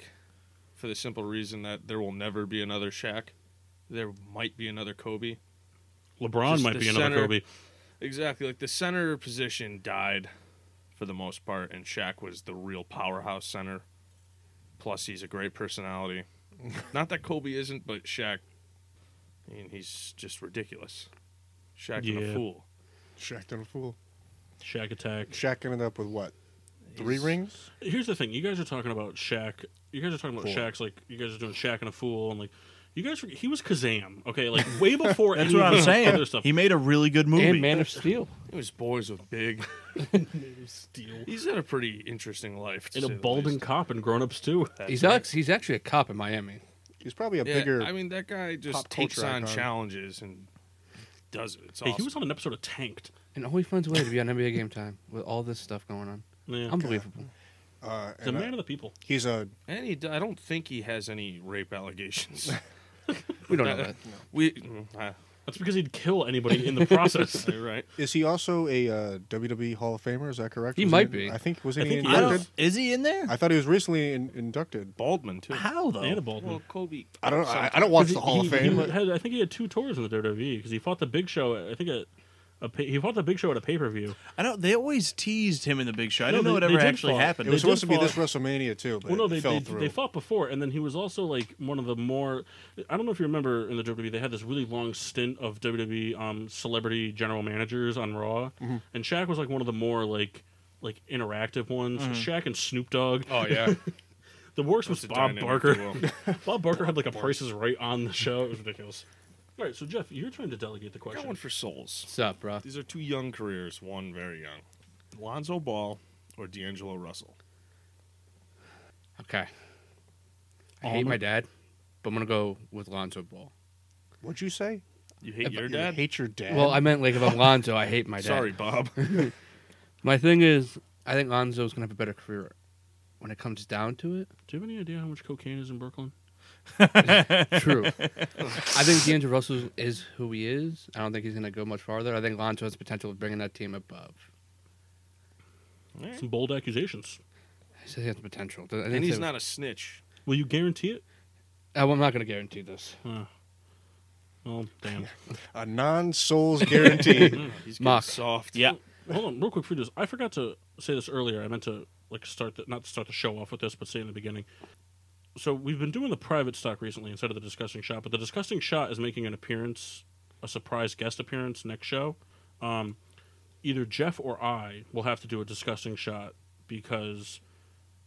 [SPEAKER 4] for the simple reason that there will never be another Shaq. There might be another Kobe.
[SPEAKER 1] LeBron
[SPEAKER 4] Just
[SPEAKER 1] might
[SPEAKER 4] the
[SPEAKER 1] be another
[SPEAKER 4] center.
[SPEAKER 1] Kobe.
[SPEAKER 4] Exactly. Like the center position died for the most part, and Shaq was the real powerhouse center. Plus, he's a great
[SPEAKER 1] [LAUGHS]
[SPEAKER 4] personality. Not that Kobe isn't, but Shaq, I mean, he's just ridiculous. Shaq and
[SPEAKER 1] Yeah.
[SPEAKER 4] a fool.
[SPEAKER 5] Shaq done a fool.
[SPEAKER 1] Shaq attack.
[SPEAKER 5] Shaq ended up with what? Three
[SPEAKER 4] He's-
[SPEAKER 5] rings?
[SPEAKER 1] Here's the thing: you guys are talking about Shaq. You guys are talking about
[SPEAKER 5] Fool.
[SPEAKER 1] Shaq's like you guys are doing Shaq and a fool and like you guys. He was Kazam, okay? Like
[SPEAKER 4] [LAUGHS]
[SPEAKER 1] way before.
[SPEAKER 3] That's
[SPEAKER 1] any
[SPEAKER 3] what
[SPEAKER 1] of
[SPEAKER 3] I'm
[SPEAKER 1] this
[SPEAKER 3] saying.
[SPEAKER 1] Other stuff.
[SPEAKER 3] He made a really good movie.
[SPEAKER 2] And Man of Steel.
[SPEAKER 4] He was boys with
[SPEAKER 1] [LAUGHS]
[SPEAKER 4] big. He's had a pretty interesting life. to
[SPEAKER 1] and a
[SPEAKER 4] say the
[SPEAKER 1] balding
[SPEAKER 4] least.
[SPEAKER 1] cop and grown ups too.
[SPEAKER 4] That's
[SPEAKER 2] He's
[SPEAKER 4] right.
[SPEAKER 2] act- he's actually a cop in Miami.
[SPEAKER 5] He's probably a
[SPEAKER 4] Yeah,
[SPEAKER 5] bigger.
[SPEAKER 4] I mean, that guy just
[SPEAKER 5] pop
[SPEAKER 4] takes
[SPEAKER 5] culture
[SPEAKER 4] on
[SPEAKER 5] icon.
[SPEAKER 4] challenges and does it. It's
[SPEAKER 1] Hey,
[SPEAKER 4] awesome.
[SPEAKER 1] he was on an episode of Tanked.
[SPEAKER 2] And always finds a way to be on NBA Game Time with all this stuff going on.
[SPEAKER 1] Yeah.
[SPEAKER 2] Unbelievable.
[SPEAKER 5] uh,
[SPEAKER 1] the
[SPEAKER 5] and, uh,
[SPEAKER 1] man of the people.
[SPEAKER 5] he's a.
[SPEAKER 4] and he, d- I don't think he has any rape allegations.
[SPEAKER 2] We don't know that.
[SPEAKER 4] we, mm, uh,
[SPEAKER 1] That's because he'd kill anybody
[SPEAKER 4] [LAUGHS]
[SPEAKER 1] in the process.
[SPEAKER 4] you're right.
[SPEAKER 5] Is he also a uh, WWE Hall of Famer? Is that correct?
[SPEAKER 2] He
[SPEAKER 5] Was
[SPEAKER 2] might be.
[SPEAKER 5] I think was
[SPEAKER 1] I
[SPEAKER 5] he
[SPEAKER 1] think he
[SPEAKER 5] inducted? I,
[SPEAKER 1] is.
[SPEAKER 6] Is he in there?
[SPEAKER 5] thought he was recently in, inducted.
[SPEAKER 4] Baldman too.
[SPEAKER 6] How though?
[SPEAKER 1] and a bald
[SPEAKER 4] Well,
[SPEAKER 1] one.
[SPEAKER 4] Kobe.
[SPEAKER 5] I don't. I, I don't watch the Hall
[SPEAKER 1] he,
[SPEAKER 5] of Fame.
[SPEAKER 1] he had, I think he had two tours in the WWE because he fought the Big Show. at- I think at a pay, he fought the Big Show at a pay per view.
[SPEAKER 3] I know they always teased him in the Big Show. I
[SPEAKER 1] No,
[SPEAKER 3] don't know
[SPEAKER 1] they-
[SPEAKER 3] what
[SPEAKER 1] they
[SPEAKER 3] ever
[SPEAKER 1] did
[SPEAKER 3] actually
[SPEAKER 1] fall.
[SPEAKER 5] it
[SPEAKER 3] happened.
[SPEAKER 5] was
[SPEAKER 1] they did
[SPEAKER 5] supposed to be
[SPEAKER 1] fall-
[SPEAKER 5] this WrestleMania too, but
[SPEAKER 1] Well, no,
[SPEAKER 5] it
[SPEAKER 1] they
[SPEAKER 5] fell
[SPEAKER 1] they,
[SPEAKER 5] through.
[SPEAKER 1] they fought before, and then he was also like one of the more. I don't know if you remember in the WWE, they had this really long stint of WWE um, celebrity general managers on Raw, and Shaq was like one of the more like like interactive ones. Shaq and Snoop Dogg.
[SPEAKER 4] Oh yeah,
[SPEAKER 1] The worst
[SPEAKER 4] That's
[SPEAKER 1] was
[SPEAKER 4] a
[SPEAKER 1] Bob
[SPEAKER 4] dynamic
[SPEAKER 1] Barker.
[SPEAKER 4] duo.
[SPEAKER 1] [LAUGHS] Bob Barker had like a Price is Right on the show. It was ridiculous. All right, so Jeff, you're trying to delegate the
[SPEAKER 4] I got
[SPEAKER 1] question.
[SPEAKER 4] one for souls.
[SPEAKER 2] What's up, bro?
[SPEAKER 4] These are two young careers. One very young, Lonzo Ball or D'Angelo Russell.
[SPEAKER 2] Okay. I hate my dad, but I'm gonna go with Lonzo Ball.
[SPEAKER 5] What'd you say?
[SPEAKER 4] You hate your
[SPEAKER 5] You
[SPEAKER 4] dad.
[SPEAKER 5] Hate your dad.
[SPEAKER 2] Well, I meant like if I'm Lonzo, I hate my dad.
[SPEAKER 4] Sorry, Bob.
[SPEAKER 2] My thing is, I think Lonzo's gonna have a better career when it comes down to
[SPEAKER 4] [LAUGHS]
[SPEAKER 2] it.
[SPEAKER 1] Do you have any idea how much cocaine is in Brooklyn?
[SPEAKER 2] True. [LAUGHS] I think D'Angelo Russell is who he is. I don't think he's gonna go much farther. I think Lonzo has potential of bringing that team above.
[SPEAKER 1] Some bold accusations.
[SPEAKER 2] I said he has potential. I
[SPEAKER 4] and
[SPEAKER 2] [LAUGHS]
[SPEAKER 4] he's not a snitch.
[SPEAKER 1] Will you guarantee it?
[SPEAKER 2] I'm not gonna guarantee this.
[SPEAKER 1] Uh, oh, damn.
[SPEAKER 5] a non-souls
[SPEAKER 1] [LAUGHS]
[SPEAKER 5] guarantee.
[SPEAKER 4] He's getting
[SPEAKER 2] Mock.
[SPEAKER 4] soft.
[SPEAKER 1] Hold on, real quick for this. I forgot to say this earlier. I meant to like start the, not start the show off with this, but say in the beginning. So we've been doing the private stock recently instead of the disgusting shot, but the disgusting shot is making an appearance, a surprise guest appearance next show. Um, either Jeff or I will have to do a disgusting shot because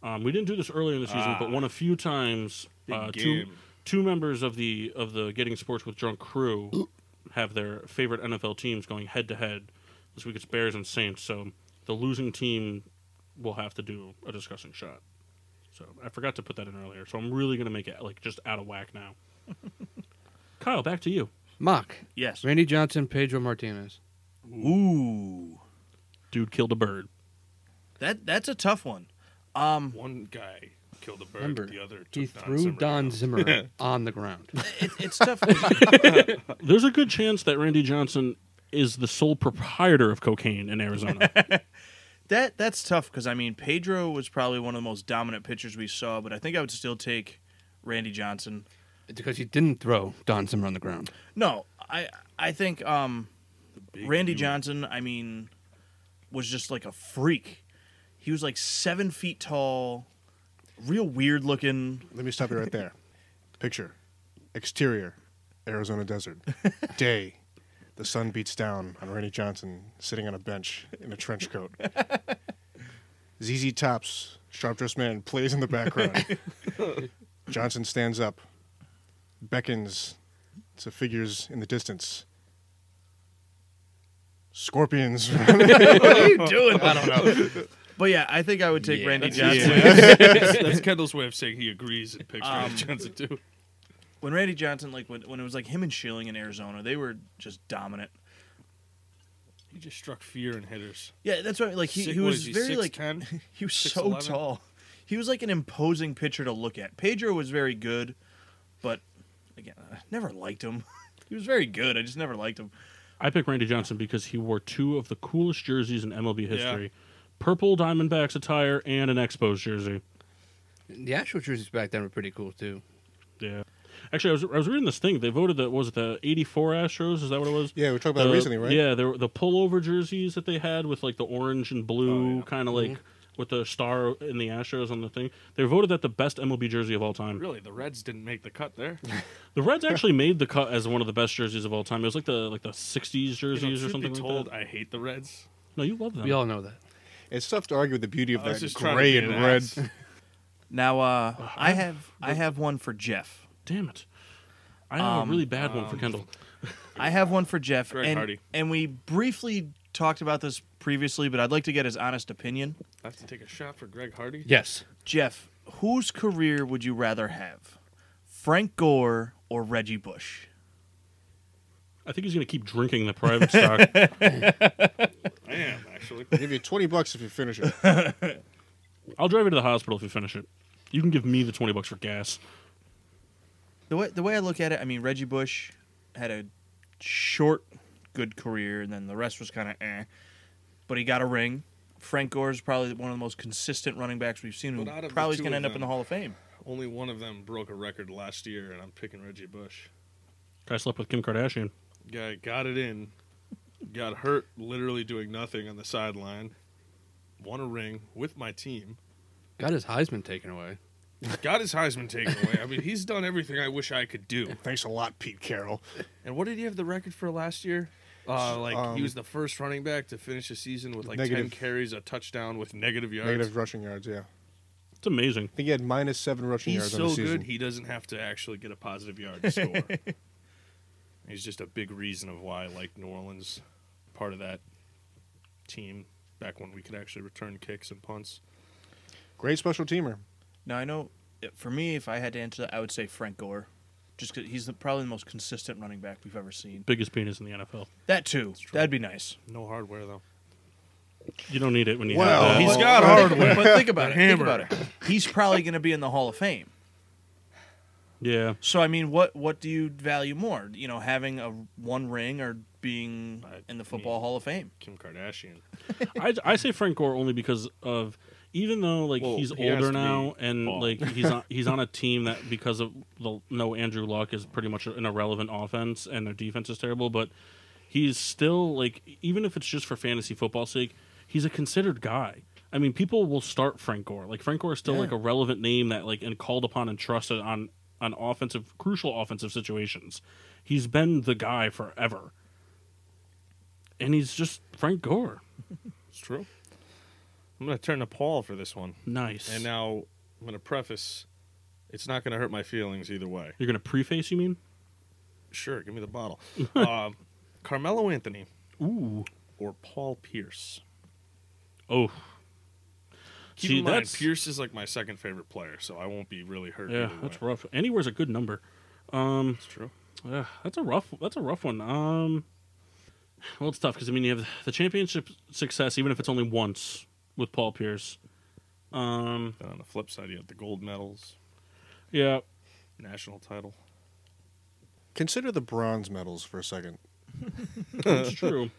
[SPEAKER 1] um, we didn't do this earlier in the season,
[SPEAKER 4] Ah.
[SPEAKER 1] but one a few times
[SPEAKER 4] Big
[SPEAKER 1] uh, two
[SPEAKER 4] game.
[SPEAKER 1] two members of the of the Getting Sports with Drunk crew have their favorite NFL teams going head to head. This week it's Bears and Saints, so the losing team will have to do a discussing shot. So I forgot to put that in earlier, so I'm really gonna make it like just out of whack now. [LAUGHS] Kyle, back to you.
[SPEAKER 2] Mock.
[SPEAKER 3] yes.
[SPEAKER 2] Randy Johnson, Pedro Martinez.
[SPEAKER 3] Ooh,
[SPEAKER 1] Dude killed a bird.
[SPEAKER 3] that that's a tough one. Um,
[SPEAKER 4] One guy killed a bird.
[SPEAKER 2] Remember,
[SPEAKER 4] the other took
[SPEAKER 2] He
[SPEAKER 4] Don
[SPEAKER 2] threw
[SPEAKER 4] Zimmer
[SPEAKER 2] Don
[SPEAKER 4] down. [LAUGHS]
[SPEAKER 2] Zimmer on the ground.
[SPEAKER 3] it, it's tough. 'cause [LAUGHS]
[SPEAKER 1] There's a good chance that Randy Johnson is the sole proprietor of cocaine in Arizona.
[SPEAKER 3] that that's tough because I mean Pedro was probably one of the most dominant pitchers we saw, but I think I would still take Randy Johnson.
[SPEAKER 2] It's because he didn't throw Don Zimmer on the ground.
[SPEAKER 3] No, I I think um,
[SPEAKER 4] Big
[SPEAKER 3] Randy
[SPEAKER 4] dude.
[SPEAKER 3] Johnson. I mean, was just like a freak. He was like seven feet tall, real weird looking.
[SPEAKER 5] Let me stop you right
[SPEAKER 4] [LAUGHS]
[SPEAKER 5] there. Picture, exterior, Arizona
[SPEAKER 4] [LAUGHS]
[SPEAKER 5] desert, day. The sun beats down on Randy Johnson sitting on a bench in a trench coat.
[SPEAKER 4] [LAUGHS]
[SPEAKER 5] ZZ Top's sharp dressed man plays in the
[SPEAKER 4] [LAUGHS]
[SPEAKER 5] background. Johnson stands up, beckons to figures in the distance. Scorpions. [LAUGHS]
[SPEAKER 3] what are you doing? I don't know. [LAUGHS] But yeah, I think I would take
[SPEAKER 2] Yeah.
[SPEAKER 3] Randy
[SPEAKER 4] That's,
[SPEAKER 3] Johnson.
[SPEAKER 4] that's- that's Kendall's way of saying he agrees and picks [LAUGHS] Randy
[SPEAKER 3] Um,
[SPEAKER 4] Johnson too.
[SPEAKER 3] when Randy Johnson, like when, when it was like him and Schilling in Arizona, they were just dominant.
[SPEAKER 4] He just struck fear in hitters.
[SPEAKER 3] Yeah, that's right. Like he,
[SPEAKER 4] Six-
[SPEAKER 3] he
[SPEAKER 4] what
[SPEAKER 3] was
[SPEAKER 4] is he,
[SPEAKER 3] very like [LAUGHS]
[SPEAKER 4] 6'10"?
[SPEAKER 3] he was so
[SPEAKER 4] 6'11"?
[SPEAKER 3] tall. He was like an imposing pitcher to look at. Pedro was very good, but again, I never liked him. [LAUGHS] he was very good. I just never liked him.
[SPEAKER 1] I picked Randy Johnson because he wore two of the coolest jerseys in MLB history purple Diamondbacks attire and an Expos jersey.
[SPEAKER 2] The actual jerseys back then were pretty cool too.
[SPEAKER 1] Yeah. Actually, I was, I was reading this thing. They voted that, was it the 84 Astros? Is that what it was?
[SPEAKER 5] Yeah, we talked about it
[SPEAKER 1] The-
[SPEAKER 5] recently, right?
[SPEAKER 1] Yeah, there were the pullover jerseys that they had with like the orange and
[SPEAKER 4] Oh,
[SPEAKER 1] blue, kind of
[SPEAKER 4] Mm-hmm.
[SPEAKER 1] like with the star in the Astros on the thing. They were voted that the best MLB jersey of all time.
[SPEAKER 4] Really, the Reds didn't make the
[SPEAKER 3] [LAUGHS]
[SPEAKER 4] cut there.
[SPEAKER 1] The Reds actually made the cut as one of the best jerseys of all time. It was like the like the '60s jerseys
[SPEAKER 4] You know,
[SPEAKER 1] or
[SPEAKER 4] truth be
[SPEAKER 1] something
[SPEAKER 4] told,
[SPEAKER 1] like that.
[SPEAKER 4] I hate the Reds.
[SPEAKER 1] No, you love them.
[SPEAKER 2] We all know that.
[SPEAKER 5] It's tough to argue with the beauty of
[SPEAKER 4] I was
[SPEAKER 5] that
[SPEAKER 4] just trying to
[SPEAKER 5] gray
[SPEAKER 4] be
[SPEAKER 5] and
[SPEAKER 4] an
[SPEAKER 5] red.
[SPEAKER 4] ass.
[SPEAKER 3] Now, uh, I have I have one for Jeff.
[SPEAKER 1] Damn it! I have
[SPEAKER 3] Um,
[SPEAKER 1] a really bad one for
[SPEAKER 4] um,
[SPEAKER 1] Kendall.
[SPEAKER 3] I have one for Jeff.
[SPEAKER 4] Greg
[SPEAKER 3] and,
[SPEAKER 4] Hardy.
[SPEAKER 3] and we briefly talked about this previously, but I'd like to get his honest opinion.
[SPEAKER 4] I have to take a shot for Greg Hardy.
[SPEAKER 2] Yes.
[SPEAKER 3] Jeff, whose career would you rather have? Frank Gore or Reggie Bush?
[SPEAKER 1] I think he's gonna keep drinking the private stock.
[SPEAKER 4] I am
[SPEAKER 3] [LAUGHS]
[SPEAKER 4] actually.
[SPEAKER 5] I'll give you twenty bucks if you finish
[SPEAKER 4] [LAUGHS]
[SPEAKER 5] it.
[SPEAKER 1] I'll drive you to the hospital if you finish it. You can give me the twenty bucks for gas.
[SPEAKER 3] The way the way I look at it, I mean Reggie Bush had a short good career, and then the rest was kind of eh. But he got a ring. Frank Gore is probably one of the most consistent running backs we've seen. Who
[SPEAKER 4] But out of the
[SPEAKER 3] probably is
[SPEAKER 4] two
[SPEAKER 3] going to
[SPEAKER 4] of
[SPEAKER 3] end up in
[SPEAKER 4] them-
[SPEAKER 3] the Hall of Fame.
[SPEAKER 4] Only one of them broke a record last year, and I'm picking Reggie Bush.
[SPEAKER 1] I slept with Kim Kardashian.
[SPEAKER 4] Guy got it in, got hurt literally doing nothing on the sideline, won a ring with my team,
[SPEAKER 2] Got his Heisman taken away.
[SPEAKER 4] got his Heisman taken away. I mean, he's done everything I wish I could do.
[SPEAKER 5] Thanks a lot, Pete Carroll.
[SPEAKER 4] And what did he have the record for last year? Uh, like
[SPEAKER 5] um,
[SPEAKER 4] he was the first running back to finish the season with like ten
[SPEAKER 5] Negative-
[SPEAKER 4] carries, a touchdown with negative yards.
[SPEAKER 5] Negative rushing yards. Yeah, I
[SPEAKER 1] It's amazing.
[SPEAKER 5] think he had minus seven rushing
[SPEAKER 4] He's
[SPEAKER 5] yards
[SPEAKER 4] so
[SPEAKER 5] on the
[SPEAKER 4] good,
[SPEAKER 5] season.
[SPEAKER 4] he doesn't have to actually get a positive yard
[SPEAKER 5] [LAUGHS]
[SPEAKER 4] to score. He's just a big reason of why I like New Orleans, part of that team back when we could actually return kicks and punts.
[SPEAKER 5] Great special teamer.
[SPEAKER 3] Now I know, uh, for me, if I had to answer that, I would say Frank Gore, just 'cause he's the, probably the most consistent running back we've ever seen.
[SPEAKER 1] Biggest penis in the NFL.
[SPEAKER 3] That too, that'd be nice.
[SPEAKER 4] No hardware though.
[SPEAKER 1] You don't need it when you
[SPEAKER 5] Well,
[SPEAKER 1] have that.
[SPEAKER 5] he's
[SPEAKER 4] He's got hardware.
[SPEAKER 3] But think about it. Think
[SPEAKER 4] [LAUGHS] Hammer.
[SPEAKER 3] about it. He's probably going to be in the Hall of Fame.
[SPEAKER 1] yeah.
[SPEAKER 3] So I mean, what what do you value more? You know, having a one ring or being
[SPEAKER 4] I
[SPEAKER 3] in the Football
[SPEAKER 4] mean-
[SPEAKER 3] Hall of Fame?
[SPEAKER 4] Kim Kardashian.
[SPEAKER 1] I, I say Frank Gore only because of even though like
[SPEAKER 4] Well,
[SPEAKER 1] he's
[SPEAKER 4] he has
[SPEAKER 1] older
[SPEAKER 4] to be
[SPEAKER 1] now and
[SPEAKER 4] tall.
[SPEAKER 1] like he's on, he's on a team that because of the no Andrew Luck is pretty much an irrelevant offense and their defense is terrible, but he's still like even if it's just for fantasy football's sake, he's a considered guy. I mean, people will start Frank Gore. Like Frank Gore is still like a relevant name that like and called upon and trusted on on offensive crucial offensive situations. He's been the guy forever. And he's just Frank Gore.
[SPEAKER 4] It's true. I'm gonna turn to Paul for this one.
[SPEAKER 1] Nice.
[SPEAKER 4] And now I'm gonna preface it's not gonna hurt my feelings either way.
[SPEAKER 1] You're gonna preface, you mean?
[SPEAKER 4] Sure, give me
[SPEAKER 1] [LAUGHS]
[SPEAKER 4] the bottle. um, Carmelo Anthony
[SPEAKER 1] Ooh.
[SPEAKER 4] or Paul Pierce.
[SPEAKER 1] Oh.
[SPEAKER 4] Keep
[SPEAKER 1] See,
[SPEAKER 4] in mind,
[SPEAKER 1] that's
[SPEAKER 4] Pierce is like my second favorite player, so I won't be really hurt.
[SPEAKER 1] yeah,
[SPEAKER 4] either
[SPEAKER 1] that's
[SPEAKER 4] way.
[SPEAKER 1] rough. Anywhere's a good number. Um,
[SPEAKER 4] That's true.
[SPEAKER 1] yeah, that's a rough. That's a rough one. Um, well, it's tough because I mean you have the championship success, even if it's only once with Paul Pierce. Um,
[SPEAKER 4] Then on the flip side, you have the gold medals,
[SPEAKER 1] yeah,
[SPEAKER 4] national title.
[SPEAKER 5] Consider the bronze medals for a second.
[SPEAKER 1] it's true.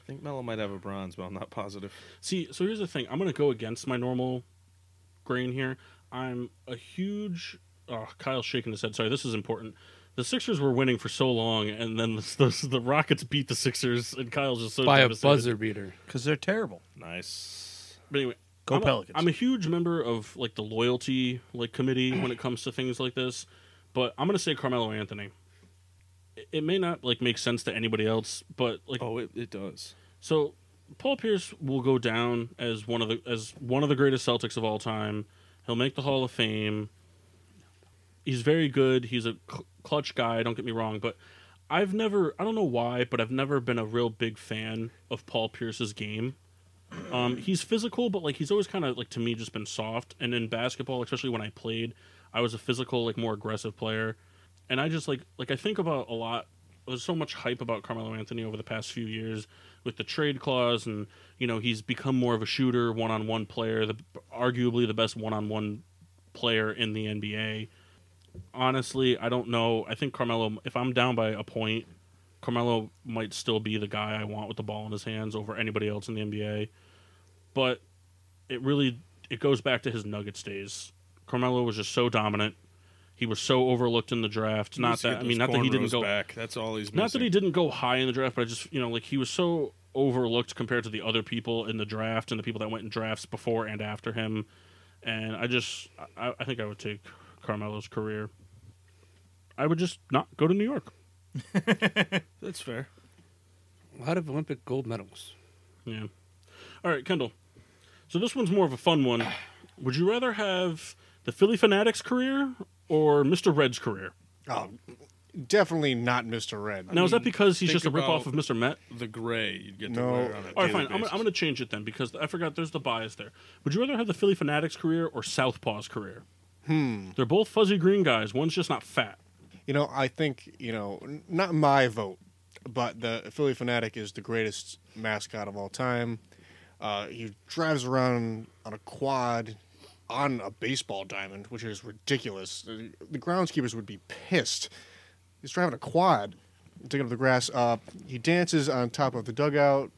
[SPEAKER 4] I think Melo might have a bronze, but I'm not positive.
[SPEAKER 1] See, so here's the thing. I'm going to go against my normal grain here. I'm a huge. Oh, Kyle's shaking his head. Sorry, this is important. The Sixers were winning for so long, and then [LAUGHS] the, the, the Rockets beat the Sixers, and Kyle's just so
[SPEAKER 2] By a
[SPEAKER 1] devastated.
[SPEAKER 2] buzzer beater.
[SPEAKER 3] Because they're terrible.
[SPEAKER 4] Nice.
[SPEAKER 1] But anyway,
[SPEAKER 3] Go
[SPEAKER 1] I'm a-
[SPEAKER 3] Pelicans.
[SPEAKER 1] I'm a huge member of like the loyalty like committee when it comes to things like this, but I'm gonna say Carmelo Anthony. It- It may not like make sense to anybody else, but like
[SPEAKER 4] Oh, it, it does.
[SPEAKER 1] so Paul Pierce will go down as one of the as one of the greatest Celtics of all time. He'll make the Hall of Fame. He's very good. He's a cl- clutch guy, don't get me wrong, but I've never I don't know why, but I've never been a real big fan of Paul Pierce's game. Um, he's physical, but like he's always kind of like to me just been soft. And in basketball, especially when I played, I was a physical, like more aggressive player. and I just like like I think about a lot. There's so much hype about Carmelo Anthony over the past few years with the trade clause, and you know he's become more of a shooter, one-on-one player, the arguably the best one-on-one player in the NBA. Honestly, I don't know. I think Carmelo, if I'm down by a point, Carmelo might still be the guy I want with the ball in his hands over anybody else in the NBA. But it really it goes back to his Nuggets days. Carmelo was just so dominant. He was so overlooked in the draft. Not
[SPEAKER 4] Needs to
[SPEAKER 1] that
[SPEAKER 4] get
[SPEAKER 1] I mean,
[SPEAKER 4] those
[SPEAKER 1] not that he didn't
[SPEAKER 4] cornrows
[SPEAKER 1] go.
[SPEAKER 4] back. That's all he's missing.
[SPEAKER 1] Not that he didn't go high in the draft, but I just you know like he was so overlooked compared to the other people in the draft and the people that went in drafts before and after him. And I just I, I think I would take Carmelo's career. I would just not go to New York.
[SPEAKER 4] That's fair.
[SPEAKER 2] A lot of Olympic gold medals.
[SPEAKER 1] Yeah. All right, Kendall. So this one's more of a fun one. [CLEARS THROAT] Would you rather have the Philly Fanatics career or Mr. Red's career?
[SPEAKER 5] Oh, definitely not Mr. Red.
[SPEAKER 1] now, is that because he's
[SPEAKER 4] think
[SPEAKER 1] just a ripoff
[SPEAKER 4] about-
[SPEAKER 1] of Mr. Met?
[SPEAKER 4] The gray you'd get to
[SPEAKER 5] No.
[SPEAKER 4] wear on
[SPEAKER 1] All
[SPEAKER 4] a
[SPEAKER 1] right,
[SPEAKER 4] daily
[SPEAKER 1] fine. I'm,
[SPEAKER 4] basis.
[SPEAKER 1] I'm going to change it then because I forgot there's the bias there. Would you rather have the Philly Fanatics career or Southpaw's career? Hmm. They're both fuzzy green guys. One's just not fat.
[SPEAKER 5] You know, I think you know, n- not my vote, but the Philly Fanatic is the greatest mascot of all time. Uh, he drives around on a quad on a baseball diamond, which is ridiculous. The the groundskeepers would be pissed. He's driving a quad, digging up the grass. Uh, he dances on top of the dugout.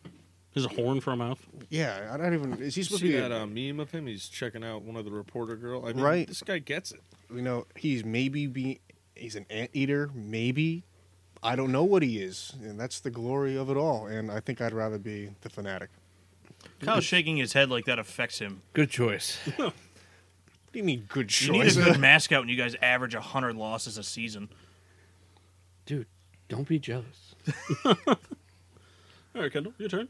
[SPEAKER 1] Has a horn for a mouth.
[SPEAKER 5] Yeah, I don't even. Is he
[SPEAKER 4] You
[SPEAKER 5] supposed
[SPEAKER 4] see
[SPEAKER 5] to be?
[SPEAKER 4] that uh, meme of him? He's checking out one of the reporter girl. I mean,
[SPEAKER 5] Right.
[SPEAKER 4] This guy gets
[SPEAKER 1] [LAUGHS]
[SPEAKER 4] it.
[SPEAKER 5] you know, he's maybe be he's an anteater, maybe. I don't know what he is, and that's the glory of it all. And I think I'd rather be the fanatic.
[SPEAKER 3] Kyle's shaking his head like that affects him.
[SPEAKER 2] Good choice. [LAUGHS]
[SPEAKER 5] What do you mean, good
[SPEAKER 3] You need a
[SPEAKER 1] [LAUGHS]
[SPEAKER 5] choice?
[SPEAKER 3] good mascot when you guys average 100 losses a season.
[SPEAKER 2] Dude, don't be jealous.
[SPEAKER 1] All right, Kendall, your turn.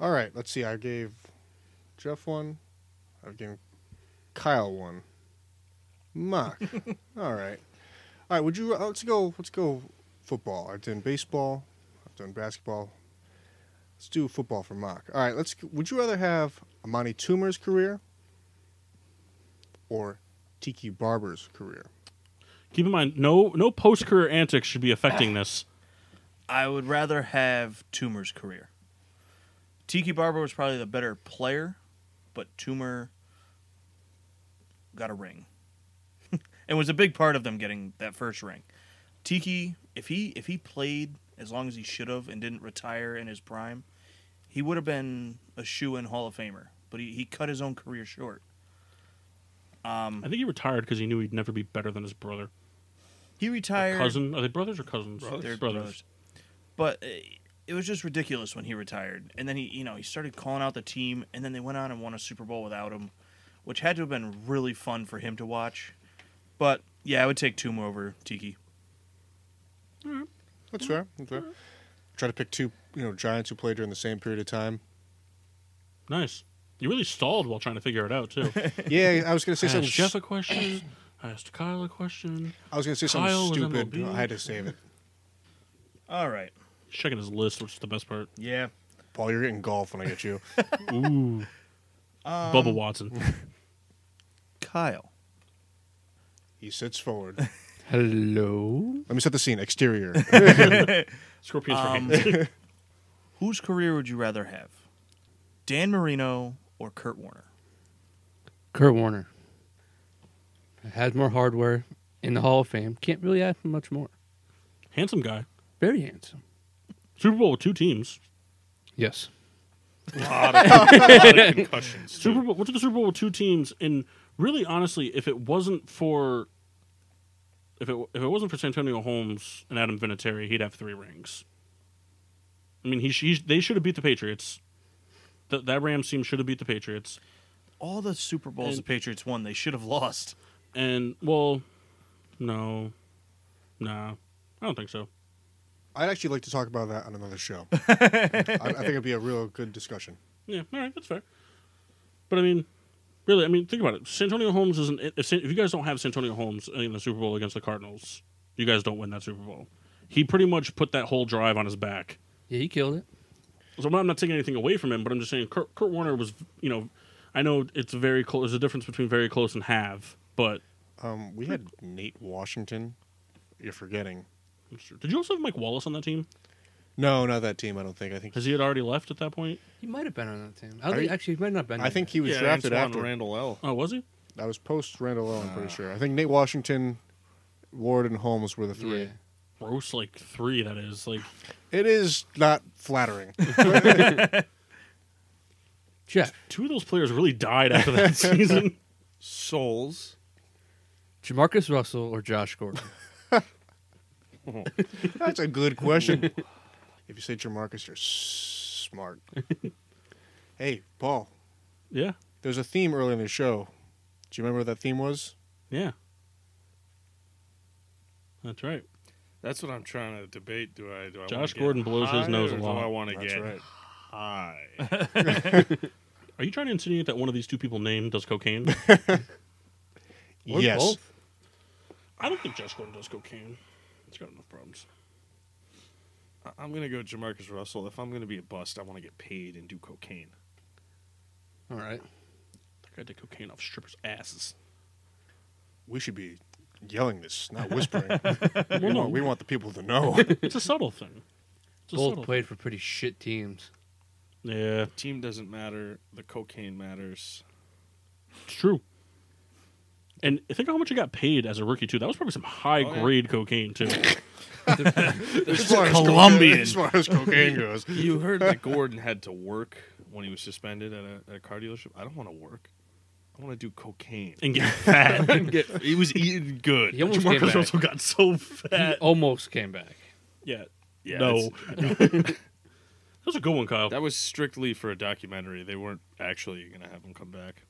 [SPEAKER 5] all right, let's see. I gave Jeff one. I've given Kyle one. Mock. all right. All right. Would you? uh, Let's go. Let's go. Football. I've done baseball. I've done basketball. Let's do football for mock. All right. Let's. Would you rather have Amani Toomer's career or Tiki Barber's career?
[SPEAKER 1] Keep in mind, no no post career antics should be affecting this.
[SPEAKER 3] I would rather have Toomer's career. Tiki Barber was probably the better player, but Toomer got a ring. [LAUGHS] and was a big part of them getting that first ring. Tiki, if he if he played as long as he should have and didn't retire in his prime, he would have been a shoe in Hall of Famer. But he, he cut his own career short.
[SPEAKER 1] I think he retired because he knew he'd never be better than his brother.
[SPEAKER 3] He retired
[SPEAKER 1] Cousin? Are they brothers or cousins?
[SPEAKER 3] They're
[SPEAKER 1] Brothers.
[SPEAKER 3] brothers. But uh, it was just ridiculous when he retired. And then he, you know, he started calling out the team, and then they went on and won a Super Bowl without him, which had to have been really fun for him to watch. But yeah, I would take Toomer over Tiki.
[SPEAKER 5] That's fair. That's fair. Try to pick two, you know, giants who played during the same period of time.
[SPEAKER 1] Nice. You really stalled while trying to figure it out too.
[SPEAKER 3] [LAUGHS]
[SPEAKER 5] Yeah, I was gonna
[SPEAKER 1] I
[SPEAKER 5] say
[SPEAKER 1] asked
[SPEAKER 5] something.
[SPEAKER 1] Jeff a question. I asked Kyle a question.
[SPEAKER 5] I was gonna say something
[SPEAKER 1] Kyle and
[SPEAKER 5] stupid.
[SPEAKER 1] MLB.
[SPEAKER 5] I had to save it.
[SPEAKER 3] All right.
[SPEAKER 1] He's checking his list, which is the best
[SPEAKER 3] [LAUGHS]
[SPEAKER 1] part.
[SPEAKER 3] Yeah.
[SPEAKER 5] Paul, you're getting golf when I get you.
[SPEAKER 3] Um,
[SPEAKER 1] Ooh. Bubba Watson.
[SPEAKER 3] Kyle.
[SPEAKER 5] He sits forward.
[SPEAKER 2] Hello?
[SPEAKER 5] Let me set the scene. Exterior.
[SPEAKER 1] Scorpions
[SPEAKER 3] Um,
[SPEAKER 1] for hands.
[SPEAKER 3] Whose career would you rather have? Dan Marino or Kurt Warner?
[SPEAKER 2] Kurt Warner. Has more hardware in the Hall of Fame. Can't really ask for much more.
[SPEAKER 1] Handsome guy.
[SPEAKER 2] Very handsome.
[SPEAKER 1] Super Bowl with two teams.
[SPEAKER 2] Yes.
[SPEAKER 4] A lot of, lot of concussions.
[SPEAKER 1] Super
[SPEAKER 4] too.
[SPEAKER 1] Bowl went to the Super Bowl with two teams, and really, honestly, if it wasn't for if it if it wasn't for Santonio Holmes and Adam Vinatieri, he'd have three rings. I mean, he, sh- he sh- they should have beat the Patriots. Th- that Rams team should have beat the Patriots.
[SPEAKER 3] All the Super Bowls
[SPEAKER 1] And-
[SPEAKER 3] the Patriots won, they should have lost.
[SPEAKER 1] And well, no, nah, I don't think so.
[SPEAKER 5] I'd actually like to talk about that on another show. I, I think it'd be a real good discussion.
[SPEAKER 1] Yeah, all right, that's fair. But I mean, really, I mean, think about it. Santonio Holmes isn't. If, San- if you guys don't have Santonio Holmes in the Super Bowl against the Cardinals, you guys don't win that Super Bowl. He pretty much put that whole drive on his back.
[SPEAKER 2] Yeah, he killed it.
[SPEAKER 1] So I'm not taking anything away from him, but I'm just saying Kurt, Kurt Warner was, you know, I know it's very close. There's a difference between very close and have, but
[SPEAKER 5] Um, we had Nate Washington you're forgetting.
[SPEAKER 1] Did you also have Mike Wallace on that team?
[SPEAKER 5] No, not that team. I don't think. I think.
[SPEAKER 1] Because he had already left at that point.
[SPEAKER 2] He might have been on that team. I don't
[SPEAKER 5] Are
[SPEAKER 2] think,
[SPEAKER 5] you-
[SPEAKER 2] actually, he might not have been.
[SPEAKER 5] I think he was
[SPEAKER 4] yeah,
[SPEAKER 5] drafted
[SPEAKER 4] Antoine
[SPEAKER 5] after.
[SPEAKER 4] Randall L.
[SPEAKER 1] Oh, was he?
[SPEAKER 5] I was post Randall. Lowe, I'm pretty
[SPEAKER 2] Ah.
[SPEAKER 5] sure. I think Nate Washington, Ward, and Holmes were the
[SPEAKER 2] Yeah.
[SPEAKER 5] three.
[SPEAKER 1] Gross, like three. That is like
[SPEAKER 5] It is not flattering.
[SPEAKER 2] Jeff,
[SPEAKER 1] two of those players really died after that season.
[SPEAKER 4] Souls.
[SPEAKER 2] Jamarcus Russell or Josh Gordon?
[SPEAKER 5] That's a good question. if you say Jamarcus, you're s- smart. [LAUGHS] hey, Paul.
[SPEAKER 1] Yeah,
[SPEAKER 5] There's a theme early in the show. Do you remember what that theme was?
[SPEAKER 1] yeah. That's right.
[SPEAKER 4] That's what I'm trying to debate. Do I? Do I? wanna
[SPEAKER 1] Josh
[SPEAKER 4] get
[SPEAKER 1] Gordon blows his
[SPEAKER 4] high
[SPEAKER 1] nose
[SPEAKER 4] or
[SPEAKER 1] a
[SPEAKER 4] do
[SPEAKER 1] lot.
[SPEAKER 4] I want to
[SPEAKER 5] That's
[SPEAKER 4] get [GASPS]
[SPEAKER 5] right.
[SPEAKER 4] high.
[SPEAKER 1] Are you trying to insinuate that one of these two people named does cocaine?
[SPEAKER 4] [LAUGHS]
[SPEAKER 2] Or
[SPEAKER 5] [LAUGHS] yes.
[SPEAKER 2] both?
[SPEAKER 1] I don't think Josh Gordon does cocaine. He's got enough problems.
[SPEAKER 4] I- I'm gonna go Jamarcus Russell. If I'm gonna be a bust, I want to get paid and do cocaine.
[SPEAKER 2] All right.
[SPEAKER 1] That guy did cocaine off strippers'
[SPEAKER 4] [LAUGHS]
[SPEAKER 1] asses.
[SPEAKER 5] We should be yelling this, not whispering.
[SPEAKER 1] Well,
[SPEAKER 5] we,
[SPEAKER 1] no,
[SPEAKER 5] want, we want the people to know.
[SPEAKER 1] it's a subtle thing. It's a
[SPEAKER 2] Both
[SPEAKER 1] subtle
[SPEAKER 2] played for pretty shit [LAUGHS] teams.
[SPEAKER 1] Thing. Yeah,
[SPEAKER 4] Team doesn't matter. The cocaine matters.
[SPEAKER 1] it's true. And think how much he got paid as a rookie too. That was probably some high
[SPEAKER 4] Oh, yeah.
[SPEAKER 1] grade cocaine
[SPEAKER 4] [LAUGHS]
[SPEAKER 1] too.
[SPEAKER 5] as
[SPEAKER 3] a
[SPEAKER 5] far as cocaine-
[SPEAKER 3] Colombian.
[SPEAKER 5] as far as cocaine goes.
[SPEAKER 4] You heard that Gordon had to work when he was suspended at a, at a car dealership. I don't want to work. I want to
[SPEAKER 1] [LAUGHS]
[SPEAKER 4] do cocaine.
[SPEAKER 1] and get fat.
[SPEAKER 4] Get- he was eating good.
[SPEAKER 2] He almost came
[SPEAKER 1] Marcus
[SPEAKER 2] back.
[SPEAKER 1] Russell got so
[SPEAKER 2] He
[SPEAKER 1] fat.
[SPEAKER 2] almost came back.
[SPEAKER 1] Yeah.
[SPEAKER 4] Yeah,
[SPEAKER 1] no.
[SPEAKER 4] it's- [LAUGHS]
[SPEAKER 1] That was a good one, Kyle.
[SPEAKER 4] That was strictly for a documentary. They weren't actually going to have him come back.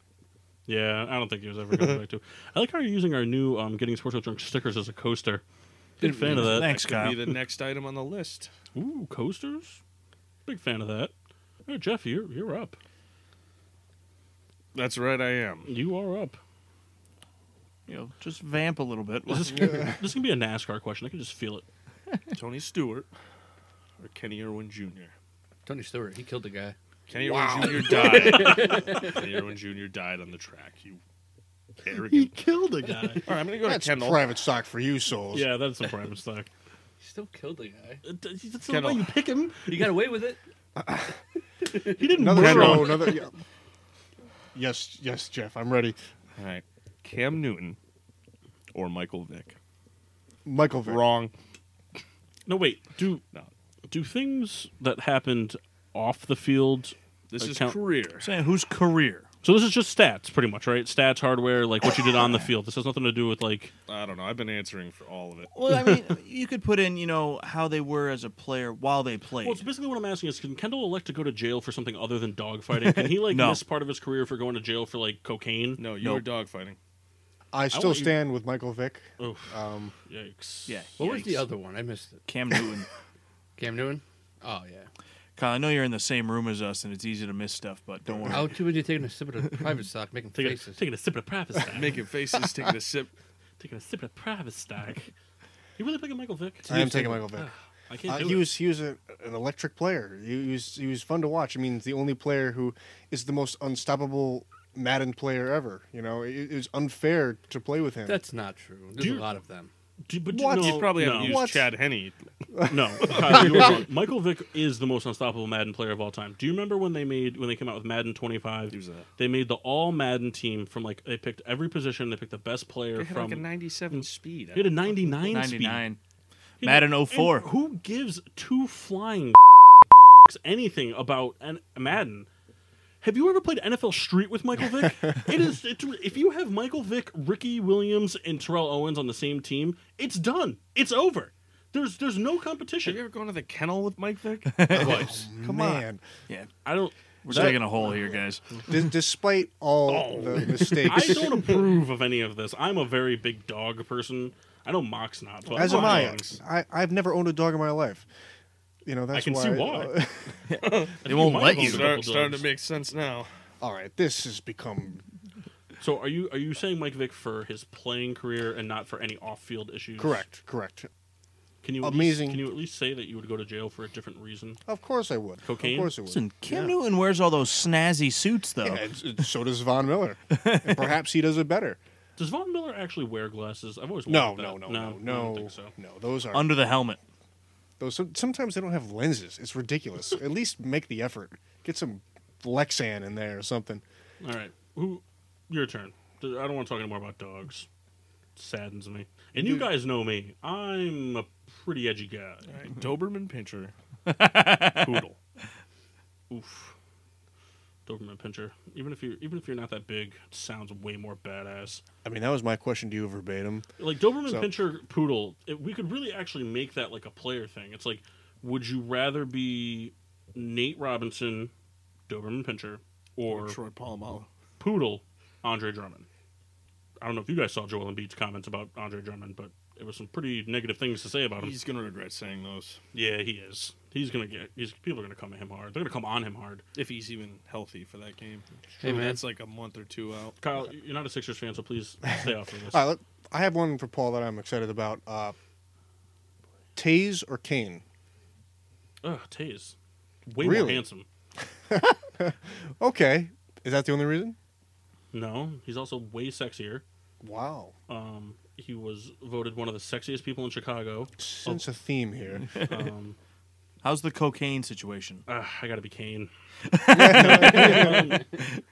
[SPEAKER 1] Yeah, I don't think he was ever going back [LAUGHS] to. I like how you're using our new um, "Getting Sports with Drunk" stickers as a coaster. Big fan of that.
[SPEAKER 3] Thanks,
[SPEAKER 4] Could
[SPEAKER 3] Kyle.
[SPEAKER 4] be the next item on the list.
[SPEAKER 1] Ooh, coasters. Big fan of that. All right, Jeff, you're you're up.
[SPEAKER 4] That's right, I am.
[SPEAKER 1] You are up.
[SPEAKER 3] You know, just vamp a little bit.
[SPEAKER 1] Is this, this is gonna be a NASCAR question. I can just feel it.
[SPEAKER 4] Tony Stewart or Kenny Irwin Jr.
[SPEAKER 2] Tony Stewart, he killed the guy.
[SPEAKER 4] Kenny Irwin Jr. died. Kenny Irwin Jr. died on the track. You arrogant.
[SPEAKER 1] killed a guy.
[SPEAKER 4] All right, I'm going to go
[SPEAKER 5] That's
[SPEAKER 4] to Kendall.
[SPEAKER 5] private stock for you,
[SPEAKER 1] [LAUGHS]
[SPEAKER 5] souls.
[SPEAKER 1] yeah, that's a prime stock. Uh,
[SPEAKER 2] He still killed the guy.
[SPEAKER 1] That's the
[SPEAKER 4] Kendall.
[SPEAKER 1] way you pick him.
[SPEAKER 2] You got away [LAUGHS] with it.
[SPEAKER 1] He didn't
[SPEAKER 5] Another
[SPEAKER 1] murder
[SPEAKER 5] show.
[SPEAKER 1] him.
[SPEAKER 5] Another. yeah. Yes, yes, Jeff. I'm ready.
[SPEAKER 4] All right. Cam Newton or Michael Vick.
[SPEAKER 5] Michael Vick.
[SPEAKER 4] Wrong.
[SPEAKER 1] No, wait. Do
[SPEAKER 4] No.
[SPEAKER 1] do things that happened off the field?
[SPEAKER 4] This is
[SPEAKER 1] Account-
[SPEAKER 4] career.
[SPEAKER 3] saying whose career?
[SPEAKER 1] So this is just stats, pretty much, right? Stats, hardware, like what you did on the field. This has nothing to do with like.
[SPEAKER 4] I don't know. I've been answering for all of it.
[SPEAKER 3] Well, I mean, you could put in, you know, how they were as a player while they played.
[SPEAKER 1] Well, it's basically what I'm asking is, can Kendall elect to go to jail for something other than dogfighting? Can he
[SPEAKER 4] [LAUGHS]
[SPEAKER 1] like
[SPEAKER 3] No.
[SPEAKER 1] miss part of his career for going to jail for like cocaine?
[SPEAKER 4] No, you
[SPEAKER 3] Nope.
[SPEAKER 4] were dogfighting.
[SPEAKER 5] I still
[SPEAKER 1] want you-
[SPEAKER 5] stand with Michael Vick.
[SPEAKER 1] Oof.
[SPEAKER 5] Um,
[SPEAKER 1] Yikes.
[SPEAKER 3] yeah.
[SPEAKER 2] What was the
[SPEAKER 3] yikes.
[SPEAKER 2] other one? I missed it.
[SPEAKER 3] Cam Newton.
[SPEAKER 2] Cam Newton. Oh yeah.
[SPEAKER 3] Kyle, I know you're in the same room as us, and it's easy to miss stuff, but
[SPEAKER 2] [LAUGHS]
[SPEAKER 3] don't worry.
[SPEAKER 2] How too busy taking a sip of the private stock, making
[SPEAKER 1] Taking a,
[SPEAKER 2] faces.
[SPEAKER 1] taking a sip of the
[SPEAKER 4] [LAUGHS]
[SPEAKER 1] private stock.
[SPEAKER 4] Making faces, taking a sip.
[SPEAKER 1] taking a sip of the private stock. You really picking Michael Vick?
[SPEAKER 5] I am taking Michael Vick.
[SPEAKER 1] I can't
[SPEAKER 5] Uh,
[SPEAKER 1] do
[SPEAKER 5] he
[SPEAKER 1] it.
[SPEAKER 5] was he was a, an electric player. He, he was he was fun to watch. I mean, he's the only player who is the most unstoppable Madden player ever. You know, it, it was unfair to play with him.
[SPEAKER 2] That's not true. There's
[SPEAKER 1] you-
[SPEAKER 2] a lot of them.
[SPEAKER 4] [LAUGHS]
[SPEAKER 1] Do- but
[SPEAKER 5] What?
[SPEAKER 1] No,
[SPEAKER 4] You probably
[SPEAKER 1] no,
[SPEAKER 4] haven't used
[SPEAKER 5] What?
[SPEAKER 4] Chad Henney. [LAUGHS]
[SPEAKER 1] No, Kyle, you were wrong. Michael Vick is the most unstoppable Madden player of all time. Do you remember when they made when they came out with Madden 25?
[SPEAKER 4] Who's that?
[SPEAKER 1] They made the all Madden team from like they picked every position. They picked the best player
[SPEAKER 4] They had
[SPEAKER 1] from.
[SPEAKER 4] like a 97 speed.
[SPEAKER 1] they had a 99, speed.
[SPEAKER 3] 99.
[SPEAKER 1] You
[SPEAKER 3] Madden
[SPEAKER 1] know,
[SPEAKER 3] 04.
[SPEAKER 1] and Who gives two flying [LAUGHS] anything about an Madden? Have you ever played NFL Street with Michael Vick? it is it's, if you have Michael Vick, Ricky Williams, and Terrell Owens on the same team, it's done. It's over. There's there's no
[SPEAKER 4] Have you
[SPEAKER 1] competition.
[SPEAKER 4] ever gone to the kennel with Mike Vick?
[SPEAKER 1] Twice.
[SPEAKER 5] Come on.
[SPEAKER 3] Yeah.
[SPEAKER 1] I don't.
[SPEAKER 3] We're
[SPEAKER 1] that-
[SPEAKER 3] digging a hole here, guys.
[SPEAKER 5] D- despite all the
[SPEAKER 1] Oh. [LAUGHS] I
[SPEAKER 5] mistakes,
[SPEAKER 1] don't approve of any of this. I'm a very big dog person. I know Mock's not, but
[SPEAKER 5] as
[SPEAKER 1] I
[SPEAKER 5] am
[SPEAKER 1] love
[SPEAKER 5] I.
[SPEAKER 1] dogs.
[SPEAKER 5] I I've never owned a dog in my life. You know that's
[SPEAKER 1] I can
[SPEAKER 5] why. uh,
[SPEAKER 1] see why.
[SPEAKER 3] They won't
[SPEAKER 1] might
[SPEAKER 3] let
[SPEAKER 1] have
[SPEAKER 3] you.
[SPEAKER 1] owned a couple
[SPEAKER 4] Start, starting
[SPEAKER 1] dogs.
[SPEAKER 4] to make sense now.
[SPEAKER 5] all right, this has become
[SPEAKER 1] So are you are you saying Mike Vick for his playing career and not for any off field issues?
[SPEAKER 5] correct. Correct.
[SPEAKER 1] Can you at
[SPEAKER 5] Amazing.
[SPEAKER 1] Least, can you at least say that you would go to jail for a different reason?
[SPEAKER 5] Of course I would.
[SPEAKER 1] Cocaine?
[SPEAKER 5] Of course I would.
[SPEAKER 3] Listen, Cam
[SPEAKER 5] Yeah.
[SPEAKER 3] Newton wears all those snazzy suits, though.
[SPEAKER 5] Yeah, it's- it's- so does Von Miller. And perhaps he does it better.
[SPEAKER 1] Does Von Miller actually wear glasses? I've always
[SPEAKER 5] No,
[SPEAKER 1] wondered
[SPEAKER 5] no,
[SPEAKER 1] that.
[SPEAKER 5] no, no,
[SPEAKER 1] I
[SPEAKER 5] no,
[SPEAKER 1] don't
[SPEAKER 5] no,
[SPEAKER 1] think so.
[SPEAKER 5] Those are
[SPEAKER 3] Under the helmet.
[SPEAKER 5] those. some- Sometimes they don't have lenses. It's [LAUGHS] ridiculous. At least make the effort. Get some Lexan in there or something.
[SPEAKER 1] All right, who? Your turn. I don't want to talk anymore about dogs. saddens me. And you guys know me. I'm a pretty edgy guy.
[SPEAKER 4] All right, Doberman Pinscher. Poodle.
[SPEAKER 1] Oof. Doberman Pinscher. Even if you're even if you're not that big, it sounds way more badass.
[SPEAKER 5] I mean, that was my question to you verbatim.
[SPEAKER 1] Like Doberman
[SPEAKER 5] So-
[SPEAKER 1] Pinscher Poodle, it, we could really actually make that like a player thing. It's like, would you rather be Nate Robinson, Doberman Pinscher, or
[SPEAKER 4] Troy Polamalu.
[SPEAKER 1] Poodle, Andre Drummond? I don't know if you guys saw Joel Embiid's comments about Andre Drummond, but it was some pretty negative things to say about him.
[SPEAKER 4] He's gonna regret saying those
[SPEAKER 1] yeah, he is. He's gonna get. He's, people are gonna come at him hard. They're gonna come on him hard.
[SPEAKER 4] if he's even healthy for that game.
[SPEAKER 2] Hey, man.
[SPEAKER 4] that's like a month or two out.
[SPEAKER 1] Kyle, you're not a Sixers fan, so
[SPEAKER 5] [LAUGHS]
[SPEAKER 1] please stay off of this.
[SPEAKER 5] All right, let, I have one for Paul that I'm excited about. Uh, Taze or Kane?
[SPEAKER 1] Ugh, Taze. Way more
[SPEAKER 5] Really?
[SPEAKER 1] handsome.
[SPEAKER 5] Okay, is that the only reason?
[SPEAKER 1] No, he's also way sexier.
[SPEAKER 5] Wow,
[SPEAKER 1] Um, he was voted one of the sexiest people in Chicago.
[SPEAKER 5] sense a theme [LAUGHS] here.
[SPEAKER 1] Um,
[SPEAKER 3] How's the cocaine situation?
[SPEAKER 1] ah, I gotta be Kane. Um,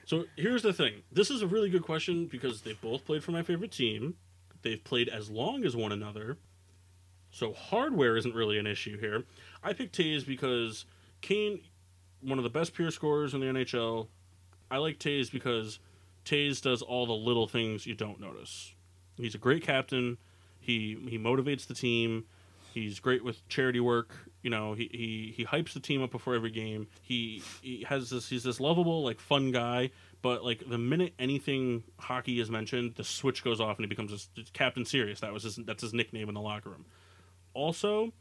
[SPEAKER 1] so here's the thing. This is a really good question because they both played for my favorite team. They've played as long as one another. So hardware isn't really an issue here. I picked Taze because Kane, one of the best pure scorers in the NHL. I like Taze because Taze does all the little things you don't notice. He's a great captain. He he motivates the team. He's great with charity work. You know, he, he, he hypes the team up before every game. He he has this he's this lovable, like fun guy, but like the minute anything hockey is mentioned, the switch goes off and he becomes this, this Captain Serious. That was his that's his nickname in the locker room. Also,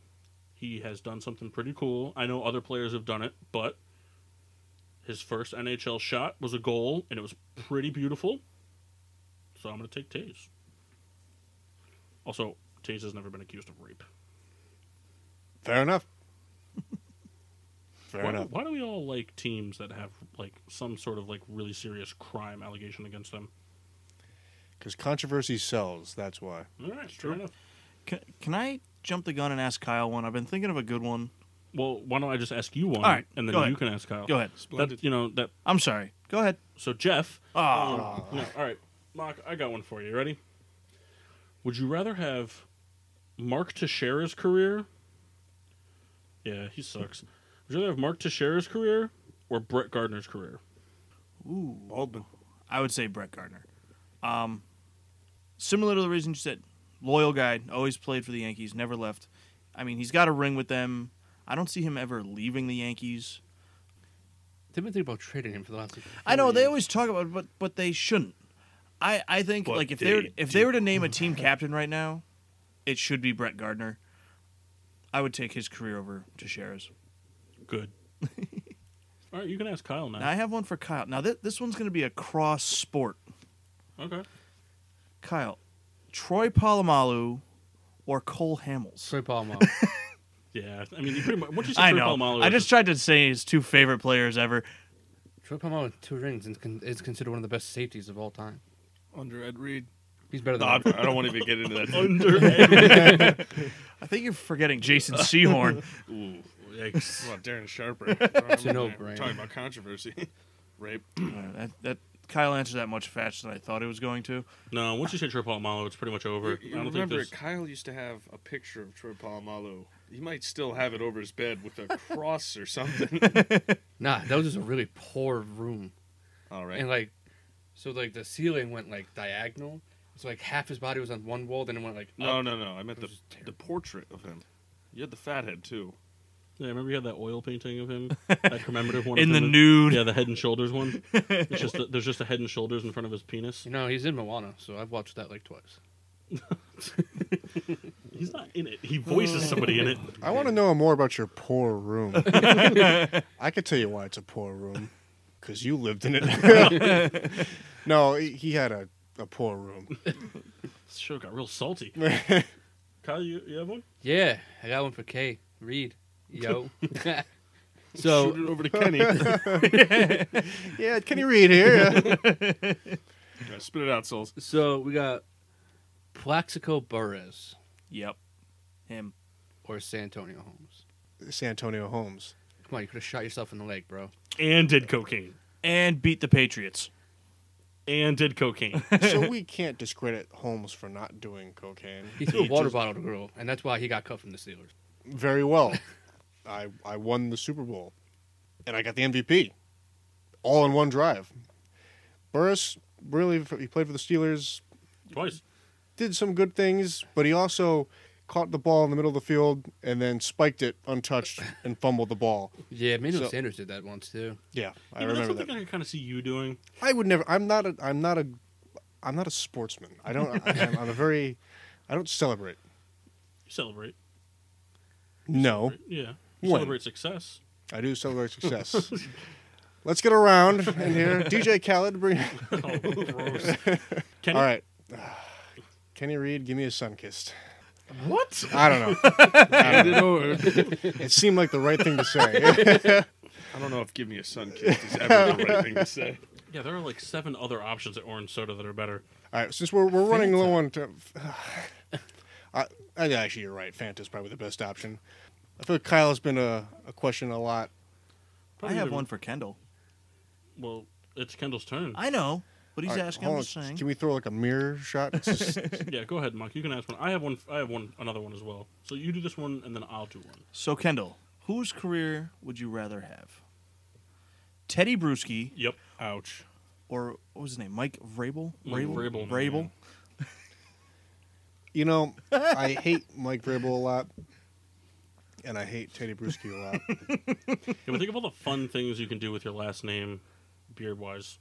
[SPEAKER 1] he has done something pretty cool. I know other players have done it, but his first NHL shot was a goal and it was pretty beautiful. So I'm gonna take Taze. Also, Taze has never been accused of rape.
[SPEAKER 5] Fair enough. Fair
[SPEAKER 1] why,
[SPEAKER 5] enough.
[SPEAKER 1] why do we all like teams that have like some sort of like really serious crime allegation against them?
[SPEAKER 5] Because controversy sells. That's why.
[SPEAKER 1] All right, true enough.
[SPEAKER 3] Can, can I jump the gun and ask Kyle one? I've been thinking of a good one.
[SPEAKER 1] Well, why don't I just ask you one,
[SPEAKER 3] All right,
[SPEAKER 1] and then
[SPEAKER 3] go
[SPEAKER 1] you
[SPEAKER 3] ahead.
[SPEAKER 1] can ask Kyle.
[SPEAKER 3] Go ahead.
[SPEAKER 1] That, you know that.
[SPEAKER 3] I'm sorry. Go ahead.
[SPEAKER 1] So Jeff.
[SPEAKER 3] Ah.
[SPEAKER 1] um, no, all right, Mark. I got one for you. Ready? Would you rather have Mark Teixeira's career? Yeah, he sucks. Would you rather have Mark Teixeira's career or Brett Gardner's career?
[SPEAKER 3] Ooh. Baldwin. I would say Brett Gardner. Um, similar to the reason you said, loyal guy, always played for the Yankees, never left. I mean, he's got a ring with them. I don't see him ever leaving the Yankees.
[SPEAKER 2] They've been thinking about trading him for the last. Like,
[SPEAKER 3] I know
[SPEAKER 2] four
[SPEAKER 3] they
[SPEAKER 2] years.
[SPEAKER 3] always talk about, it, but but they shouldn't. I I think
[SPEAKER 4] But
[SPEAKER 3] like if
[SPEAKER 4] they
[SPEAKER 3] they were, if they were to [LAUGHS] name a team captain right now, it should be Brett Gardner. I would take his career over to Shara's.
[SPEAKER 1] Good. all right, you can ask Kyle now.
[SPEAKER 3] Now I have one for Kyle. Now th- this one's going to be a cross sport.
[SPEAKER 1] Okay.
[SPEAKER 3] Kyle, Troy Polamalu or Cole Hamels?
[SPEAKER 2] Troy
[SPEAKER 4] [LAUGHS]
[SPEAKER 2] Polamalu.
[SPEAKER 1] Yeah, I mean, you pretty much. Once
[SPEAKER 3] [LAUGHS]
[SPEAKER 1] you
[SPEAKER 3] I
[SPEAKER 1] say Troy
[SPEAKER 3] know.
[SPEAKER 1] Polamalu,
[SPEAKER 3] I
[SPEAKER 1] it's
[SPEAKER 3] just tried to say his two favorite players ever.
[SPEAKER 2] Troy Polamalu with two rings and con- is considered one of the best safeties of all time.
[SPEAKER 4] Under Ed Reed.
[SPEAKER 2] He's better
[SPEAKER 4] No,
[SPEAKER 2] than.
[SPEAKER 4] [LAUGHS] I
[SPEAKER 2] Ed Reed.
[SPEAKER 4] I don't want to even get into [LAUGHS] that.
[SPEAKER 1] under Ed.
[SPEAKER 3] I think you're
[SPEAKER 1] [LAUGHS]
[SPEAKER 3] forgetting Jason Seahorn.
[SPEAKER 4] Ooh, yikes. What about Darren Sharper? [LAUGHS] It's
[SPEAKER 2] a no-brainer.
[SPEAKER 4] Talking about controversy. [LAUGHS] Rape.
[SPEAKER 3] Uh, that, that Kyle answered that much faster than I thought it was going to.
[SPEAKER 1] no, once you say Troy Polamalu, it's pretty much over.
[SPEAKER 4] You
[SPEAKER 1] I don't think
[SPEAKER 4] remember
[SPEAKER 1] there's.
[SPEAKER 4] Kyle used to have a picture of Troy Polamalu. He might still have it over his bed with a [LAUGHS] cross or [LAUGHS] something.
[SPEAKER 2] Nah, that was just a really poor room,
[SPEAKER 4] All right.
[SPEAKER 2] and like, so like the ceiling went like diagonal. So like half his body was on one wall, then it went like
[SPEAKER 4] no,
[SPEAKER 2] up.
[SPEAKER 4] no, no. I meant
[SPEAKER 2] It
[SPEAKER 4] the
[SPEAKER 2] was
[SPEAKER 4] the portrait of him. You had the fathead [LAUGHS] too.
[SPEAKER 1] Yeah, remember you had that oil painting of
[SPEAKER 5] [LAUGHS]
[SPEAKER 1] him, that commemorative one of
[SPEAKER 3] In the
[SPEAKER 1] him with-
[SPEAKER 3] nude.
[SPEAKER 1] Yeah, the head and shoulders
[SPEAKER 3] [LAUGHS]
[SPEAKER 1] one. It's just a, there's just a head and shoulders in front of his penis.
[SPEAKER 2] You know he's in Moana, so I've watched that like twice.
[SPEAKER 1] He's not in it.
[SPEAKER 5] [LAUGHS]
[SPEAKER 1] He voices somebody in it.
[SPEAKER 5] I want to know more about your poor room. [LAUGHS] I could tell you why it's a poor room, because you lived in it. [LAUGHS] no, he he had a, a poor room.
[SPEAKER 1] This show got real
[SPEAKER 5] [LAUGHS]
[SPEAKER 1] salty. Kyle, you, you have one?
[SPEAKER 2] Yeah, I got one for K. Reed,
[SPEAKER 4] [LAUGHS]
[SPEAKER 2] yo. [LAUGHS] so
[SPEAKER 4] Shoot it over to Kenny.
[SPEAKER 5] yeah, Kenny Reed here.
[SPEAKER 4] Yeah, spit it out, souls.
[SPEAKER 2] So we got Plaxico Burress
[SPEAKER 3] Yep. Him.
[SPEAKER 2] or Santonio Holmes.
[SPEAKER 5] San Antonio Holmes.
[SPEAKER 2] Come on, you could have shot yourself in the leg, [LAUGHS] bro.
[SPEAKER 1] and did cocaine
[SPEAKER 3] And beat the Patriots.
[SPEAKER 1] and did cocaine.
[SPEAKER 5] so we can't discredit Holmes for not doing cocaine.
[SPEAKER 2] He threw a
[SPEAKER 5] He
[SPEAKER 2] water
[SPEAKER 5] just-
[SPEAKER 2] bottle to girl, and that's why he got cut from the Steelers.
[SPEAKER 5] Very well. [LAUGHS] I I won the Super Bowl, and I got the MVP, all in one drive. Burris really he played for the Steelers,
[SPEAKER 1] Twice.
[SPEAKER 5] did some good things, but he also caught the ball in the middle of the field and then spiked it
[SPEAKER 1] [LAUGHS]
[SPEAKER 5] untouched and fumbled the ball.
[SPEAKER 2] Yeah, Manuel
[SPEAKER 5] So-
[SPEAKER 2] Sanders did that once too.
[SPEAKER 5] Yeah, I
[SPEAKER 1] You know, that's
[SPEAKER 5] remember
[SPEAKER 1] something
[SPEAKER 5] that.
[SPEAKER 1] I can kind of see you doing.
[SPEAKER 5] I would never. I'm not a. I'm not a. I'm not a sportsman. I
[SPEAKER 1] [LAUGHS]
[SPEAKER 5] don't. I, I'm, I'm a very. I don't celebrate.
[SPEAKER 1] You celebrate.
[SPEAKER 5] No,
[SPEAKER 1] Yeah. You
[SPEAKER 5] When?
[SPEAKER 1] celebrate success.
[SPEAKER 5] I do celebrate success. Let's get around in here. DJ Khaled, bring.
[SPEAKER 1] Oh, gross. Kenny,
[SPEAKER 5] All right. Kenny Reed, give me a sun kissed.
[SPEAKER 3] What?
[SPEAKER 5] I don't
[SPEAKER 4] [LAUGHS]
[SPEAKER 5] know.
[SPEAKER 4] Hand it over.
[SPEAKER 5] It seemed like the right thing to
[SPEAKER 4] [LAUGHS]
[SPEAKER 5] say.
[SPEAKER 4] I don't know if give me a sun kiss is ever the right thing to say.
[SPEAKER 1] Yeah, there are like seven other options at orange soda that are better.
[SPEAKER 5] All right, since we're, we're running low on. T- [SIGHS] I, I, actually, you're right. Fanta's probably the best option. I feel like Kyle has been a, a question a lot.
[SPEAKER 3] I
[SPEAKER 1] Probably
[SPEAKER 3] have
[SPEAKER 1] the-
[SPEAKER 3] one for Kendall.
[SPEAKER 1] Well, it's Kendall's turn.
[SPEAKER 6] I know, but he's
[SPEAKER 5] All right,
[SPEAKER 6] asking.
[SPEAKER 5] hold
[SPEAKER 6] I'm
[SPEAKER 5] on,
[SPEAKER 6] just saying.
[SPEAKER 5] Can we throw like a mirror shot? It's just-
[SPEAKER 1] [LAUGHS] yeah, go ahead, Mike. You can ask one. I have one. I have one. Another one as well. So you do this one, and then I'll do one.
[SPEAKER 3] So Kendall, whose career would you rather have? Teddy Bruschi
[SPEAKER 1] Yep.
[SPEAKER 4] Ouch.
[SPEAKER 3] or what was his name? Mike Vrabel.
[SPEAKER 1] Mike Vrabel,
[SPEAKER 3] Vrabel. Vrabel?
[SPEAKER 1] man.
[SPEAKER 5] You know, I hate Mike Vrabel a lot, and I hate Teddy Bruschi a lot.
[SPEAKER 1] Yeah, but think of all the fun things you can do with your last name, beard wise.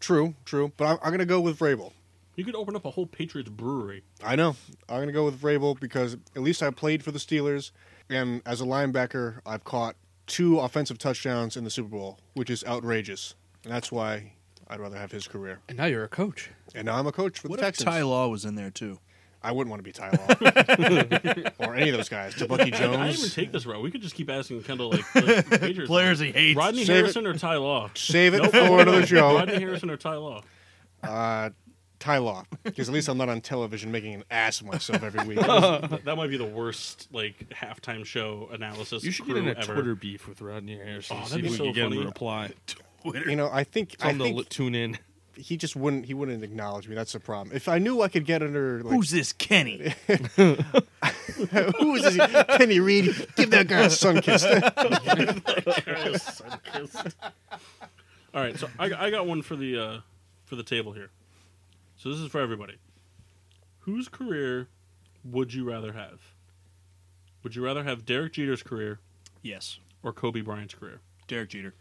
[SPEAKER 5] true, true. But I'm, I'm going to go with Vrabel.
[SPEAKER 1] You could open up a whole Patriots brewery.
[SPEAKER 5] I know. I'm going to go with Vrabel because at least I played for the Steelers, and as a linebacker, I've caught two offensive touchdowns in the Super Bowl, which is outrageous. And that's why I'd rather have his career.
[SPEAKER 2] And now you're a coach.
[SPEAKER 5] And now I'm a coach for
[SPEAKER 3] What
[SPEAKER 5] the
[SPEAKER 3] if
[SPEAKER 5] Texans.
[SPEAKER 3] Ty Law was in there too?
[SPEAKER 5] I wouldn't want to be Ty Law or any of those guys. Tabucky
[SPEAKER 1] I didn't even
[SPEAKER 5] Jones.
[SPEAKER 1] take this route. We could just keep asking Kendall like the Patriots.
[SPEAKER 3] Players he hates.
[SPEAKER 1] Rodney
[SPEAKER 5] Save it.
[SPEAKER 1] Harrison or Ty Law.
[SPEAKER 5] Save it for another show.
[SPEAKER 1] Rodney Harrison or Ty Law.
[SPEAKER 5] Uh, Ty Law, because at least I'm not on television making an ass of myself every week.
[SPEAKER 1] That that might be the worst like halftime show analysis.
[SPEAKER 4] You should
[SPEAKER 1] crew
[SPEAKER 4] get in a
[SPEAKER 1] ever.
[SPEAKER 4] Twitter beef with Rodney Harrison.
[SPEAKER 1] Oh,
[SPEAKER 4] see
[SPEAKER 1] that'd be
[SPEAKER 4] if we
[SPEAKER 1] so
[SPEAKER 4] can get him
[SPEAKER 1] funny.
[SPEAKER 4] to reply.
[SPEAKER 5] You know, I think
[SPEAKER 4] Tell
[SPEAKER 5] I
[SPEAKER 4] him to
[SPEAKER 5] think
[SPEAKER 4] li- tune in.
[SPEAKER 5] he just wouldn't he wouldn't acknowledge me. That's the problem. If I knew I could get under like
[SPEAKER 6] Who's this Kenny?
[SPEAKER 5] [LAUGHS] who is this [LAUGHS] Kenny Reed, give that guy a sun [LAUGHS] kiss.
[SPEAKER 1] All right, so I, I got one for the uh, for the table here. So this is for everybody. Whose career would you rather have? Would you rather have Derek Jeter's career
[SPEAKER 3] [LAUGHS] Yes.
[SPEAKER 1] or Kobe Bryant's career?
[SPEAKER 3] Derek Jeter.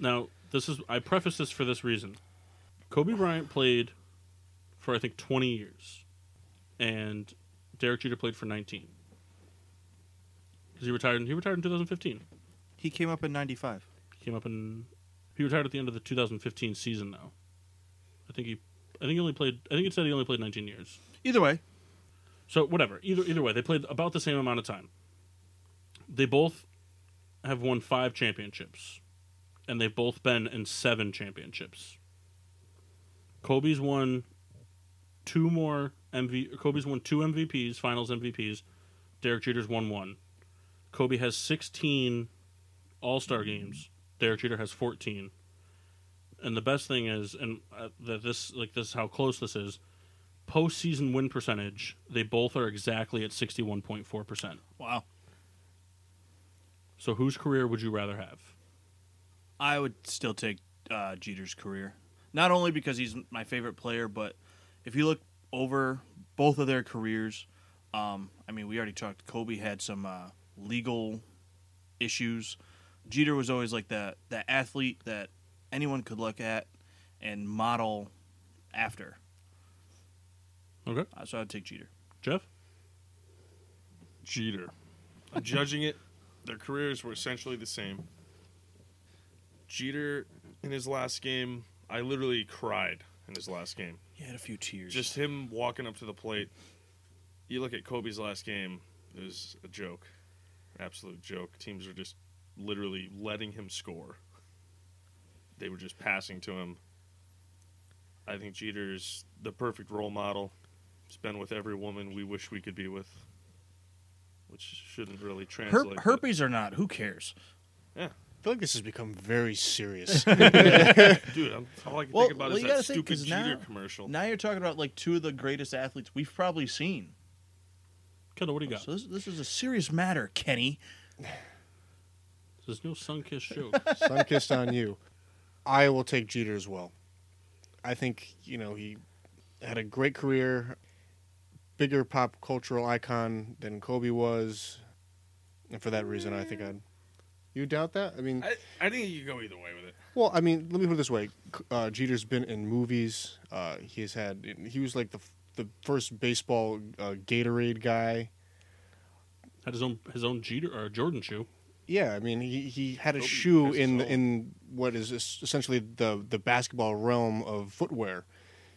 [SPEAKER 1] Now, this is I preface this for this reason. Kobe Bryant played for I think 20 years, and Derek Jeter played for 19. Because he retired, in- he retired in 2015.
[SPEAKER 3] He came up in '95.
[SPEAKER 1] He came up in he retired at the end of the 2015 season though. I think he I think he only played I think it said he only played 19 years.
[SPEAKER 3] Either way,
[SPEAKER 1] So whatever, either either way, they played about the same amount of time. They both have won 5 championships and they've both been in 7 championships. Kobe's won two more MV Kobe's won two MVPs, Finals MVPs. Derek Jeter's won one. Kobe has 16 All Star games. Derek Jeter has 14. And the best thing is, and uh, that this like this is how close this is. Postseason win percentage, they both are exactly at 61.4 percent.
[SPEAKER 3] wow.
[SPEAKER 1] So whose career would you rather have?
[SPEAKER 3] I would still take uh, Jeter's career, not only because he's my favorite player, but if you look over both of their careers, um, I mean, we already talked. Kobe had some uh, legal issues. Jeter was always like that that athlete that anyone could look at and model after.
[SPEAKER 1] Okay,
[SPEAKER 3] Uh, so I'd take Jeter.
[SPEAKER 1] Jeff.
[SPEAKER 4] Jeter. I'm judging it. Their careers were essentially the same. Jeter in his last game, I literally cried in his last game.
[SPEAKER 3] He had a few tears.
[SPEAKER 4] Just him walking up to the plate. You look at Kobe's last game, it was a joke. Absolute joke. Teams were just literally letting him score. They were just passing to him. I think Jeter's the perfect role model. He's been with every woman we wish we could be with, which shouldn't really
[SPEAKER 3] Her-
[SPEAKER 4] translate. but-
[SPEAKER 3] herpes or not, who cares?
[SPEAKER 5] I feel like this has become very serious.
[SPEAKER 4] dude, I'm, all I can
[SPEAKER 3] Well-
[SPEAKER 4] think about
[SPEAKER 3] well,
[SPEAKER 4] is
[SPEAKER 3] you
[SPEAKER 4] that
[SPEAKER 3] gotta think,
[SPEAKER 4] stupid
[SPEAKER 3] 'cause
[SPEAKER 4] Jeter
[SPEAKER 3] now-
[SPEAKER 4] commercial.
[SPEAKER 3] Now you're talking about like two of the greatest athletes we've probably seen.
[SPEAKER 1] Kendall, what do you got?
[SPEAKER 3] Oh, So this, this is a serious matter, Kenny.
[SPEAKER 1] There's no sun kiss joke.
[SPEAKER 5] Sun kissed on you. I will take Jeter as well. I think you know he had a great career, bigger pop cultural icon than Kobe was, and for that reason, I think I'd. You doubt that? I mean,
[SPEAKER 4] I, I think you could go either way with it.
[SPEAKER 5] well, I mean, let me put it this way: C- uh, Jeter's been in movies. Uh, he's had. He was like the f- the first baseball uh, Gatorade guy.
[SPEAKER 1] Had his own his own Jeter or Jordan shoe.
[SPEAKER 5] Yeah, I mean, he, he had a
[SPEAKER 4] Kobe
[SPEAKER 5] shoe
[SPEAKER 4] has
[SPEAKER 5] in
[SPEAKER 4] his own.
[SPEAKER 5] in what is es- essentially the the basketball realm of footwear.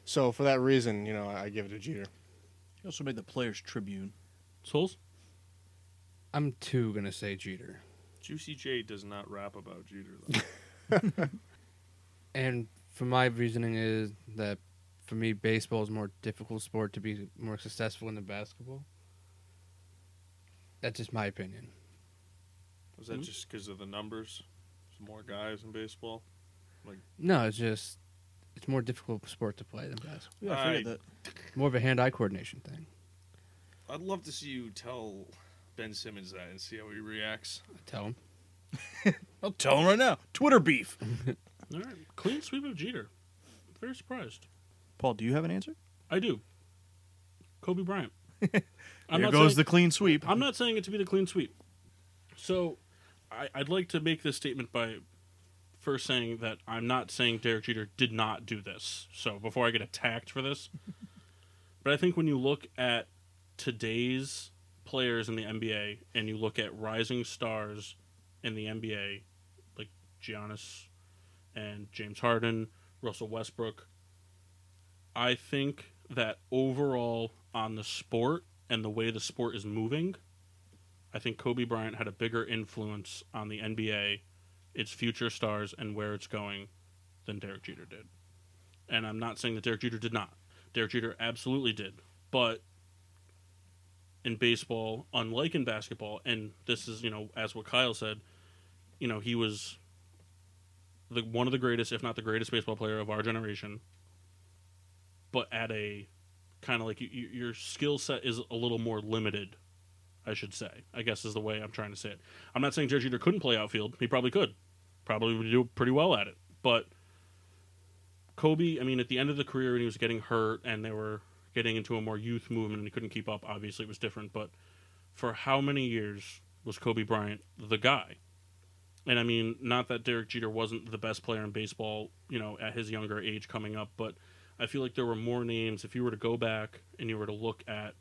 [SPEAKER 5] So for that reason, you know, I give it to Jeter.
[SPEAKER 3] He also made the Players Tribune.
[SPEAKER 1] Souls.
[SPEAKER 2] I'm too gonna say Jeter.
[SPEAKER 4] Juicy J does not rap about Jeter. Though.
[SPEAKER 2] And for my reasoning is that for me, baseball is a more difficult sport to be more successful in than basketball. That's just my opinion.
[SPEAKER 4] Was
[SPEAKER 1] Hmm?
[SPEAKER 4] that just because of the numbers? There's more guys in baseball.
[SPEAKER 2] No, it's just it's more difficult sport to play than basketball.
[SPEAKER 3] Yeah, I
[SPEAKER 4] I-
[SPEAKER 3] figured that.
[SPEAKER 2] More of a hand-eye coordination thing.
[SPEAKER 4] I'd love to see you tell Ben Simmons that and see how he reacts.
[SPEAKER 2] I tell him.
[SPEAKER 3] I'll tell him right now. Twitter beef.
[SPEAKER 1] All right, clean sweep of Jeter. Very surprised.
[SPEAKER 3] Paul, do you have an answer?
[SPEAKER 1] I do. Kobe [LAUGHS] Bryant. I'm
[SPEAKER 3] Here
[SPEAKER 1] not
[SPEAKER 3] goes
[SPEAKER 1] saying-
[SPEAKER 3] the clean sweep.
[SPEAKER 1] I'm not saying it to be the clean sweep. So, I, I'd like to make this statement by first saying that I'm not saying Derek Jeter did not do this. So, before I get attacked for this, but I think when you look at today's players in the NBA and you look at rising stars in the NBA, like Giannis and James Harden, Russell Westbrook, I think that overall on the sport and the way the sport is moving, I think Kobe Bryant had a bigger influence on the NBA, its future stars, and where it's going than Derek Jeter did. And I'm not saying that Derek Jeter did not. Derek Jeter absolutely did. But in baseball, unlike in basketball, and this is, you know, as what Kyle said, you know, he was the one of the greatest, if not the greatest baseball player of our generation, but at a kind of like you, you, your skill set is a little more limited, I should say. I guess is the way I'm trying to say it. I'm not saying Jerry Jeter couldn't play outfield. He probably could. Probably would do pretty well at it. But Kobe, I mean, at the end of the career when he was getting hurt and they were getting into a more youth movement and he couldn't keep up, obviously it was different. But for how many years was Kobe Bryant the guy? And I mean, not that Derek Jeter wasn't the best player in baseball, you know, at his younger age coming up, but I feel like there were more names. If you were to go back and you were to look at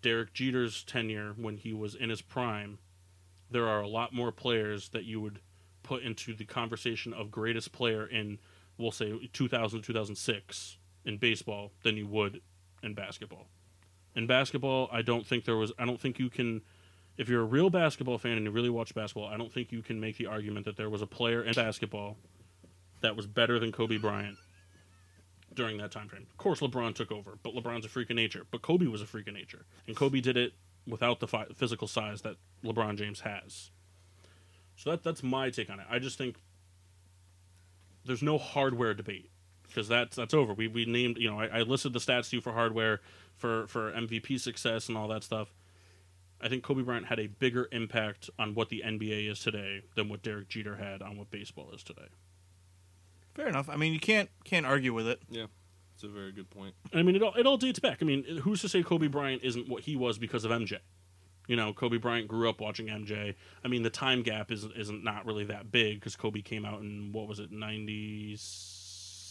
[SPEAKER 1] Derek Jeter's tenure when he was in his prime, there are a lot more players that you would put into the conversation of greatest player in, we'll say, 2000 to 2006 in baseball than you would in basketball. In basketball, I don't think there was, I don't think you can, if you're a real basketball fan and you really watch basketball, I don't think you can make the argument that there was a player in basketball that was better than Kobe Bryant during that time frame. Of course, LeBron took over, but LeBron's a freak of nature. But Kobe was a freak of nature, and Kobe did it without the fi- physical size that LeBron James has. So that that's my take on it. I just think there's no hardware debate because that's that's over. We we named you know I, I listed the stats to you for hardware for for MVP success and all that stuff. I think Kobe Bryant had a bigger impact on what the NBA is today than what Derek Jeter had on what baseball is today.
[SPEAKER 3] Fair enough. I mean, you can't can't argue with it.
[SPEAKER 4] Yeah, it's a very good point.
[SPEAKER 1] I mean, it all it all dates back. I mean, who's to say Kobe Bryant isn't what he was because of MJ? You know, Kobe Bryant grew up watching MJ. I mean, the time gap is isn't not really that big because Kobe came out in what was it,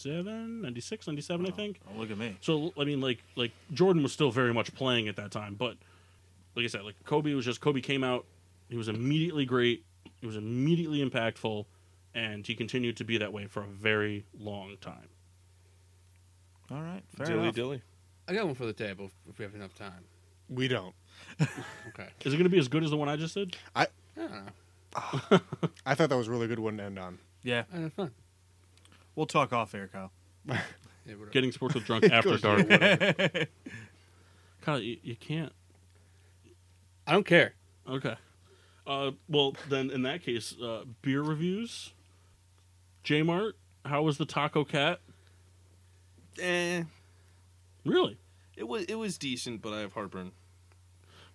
[SPEAKER 1] 97, 96, 97, I think.
[SPEAKER 3] Oh, look at me.
[SPEAKER 1] So I mean, like like Jordan was still very much playing at that time, but like I said, like Kobe was just Kobe came out, he was immediately great, he was immediately impactful, and he continued to be that way for a very long time.
[SPEAKER 3] All right. Fair
[SPEAKER 4] dilly
[SPEAKER 3] enough.
[SPEAKER 4] dilly.
[SPEAKER 2] I got one for the table if- if we have enough time.
[SPEAKER 5] We don't.
[SPEAKER 2] Okay.
[SPEAKER 1] Is it going to be as good as the one I just did?
[SPEAKER 2] I don't know.
[SPEAKER 5] I thought that was a really good one to end on.
[SPEAKER 3] Yeah.
[SPEAKER 2] I had fun.
[SPEAKER 3] We'll talk off air, Kyle.
[SPEAKER 2] Yeah, whatever.
[SPEAKER 1] Getting sports with drunk after dark. Kyle, you, you can't.
[SPEAKER 2] I don't care.
[SPEAKER 1] Okay. Uh, well, then in that case, uh, beer reviews. J Mart, how was the Taco Cat?
[SPEAKER 4] Eh,
[SPEAKER 1] Really?
[SPEAKER 4] it was it was decent, but I have heartburn.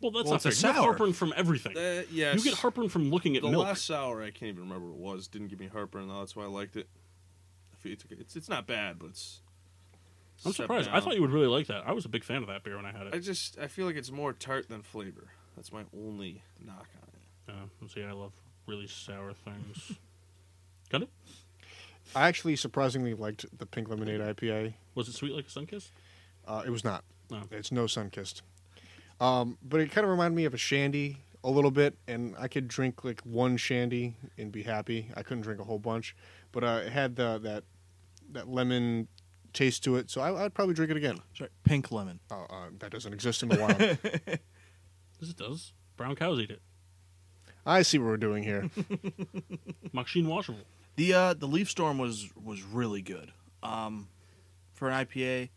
[SPEAKER 1] Well, that's
[SPEAKER 6] Well,
[SPEAKER 1] not fair.
[SPEAKER 6] it's
[SPEAKER 1] You
[SPEAKER 6] a
[SPEAKER 1] get
[SPEAKER 6] sour.
[SPEAKER 1] heartburn from everything.
[SPEAKER 4] Uh, yes.
[SPEAKER 1] You get heartburn from looking at
[SPEAKER 4] The
[SPEAKER 1] milk.
[SPEAKER 4] last sour I can't even remember what it was. Didn't give me heartburn though. That's why I liked it. I feel It's it's, it's not bad, but it's.
[SPEAKER 1] I'm
[SPEAKER 4] step
[SPEAKER 1] surprised. I
[SPEAKER 4] down.
[SPEAKER 1] thought you would really like that. I was a big fan of that beer when I had it.
[SPEAKER 4] I just I feel like it's more tart than flavor. That's my only knock on it.
[SPEAKER 1] Yeah, Uh, see, I love really sour things. Got it?
[SPEAKER 5] I actually surprisingly liked the pink lemonade IPA.
[SPEAKER 1] Was it sweet like a sun kiss?
[SPEAKER 5] Uh, it was not.
[SPEAKER 1] No.
[SPEAKER 5] It's no sun kissed. Um, but it kind of reminded me of a shandy a little bit, and I could drink like one shandy and be happy. I couldn't drink a whole bunch, but uh, it had the, that that lemon taste to it, so I, I'd probably drink it again.
[SPEAKER 6] Sorry, pink lemon.
[SPEAKER 5] Uh, uh, that doesn't exist in the [LAUGHS] wild.
[SPEAKER 1] Yes, it does. Brown cows eat it.
[SPEAKER 5] I see what we're doing here.
[SPEAKER 1] Machine washable.
[SPEAKER 3] The uh, the leaf storm was was really good. Um, for an IPA,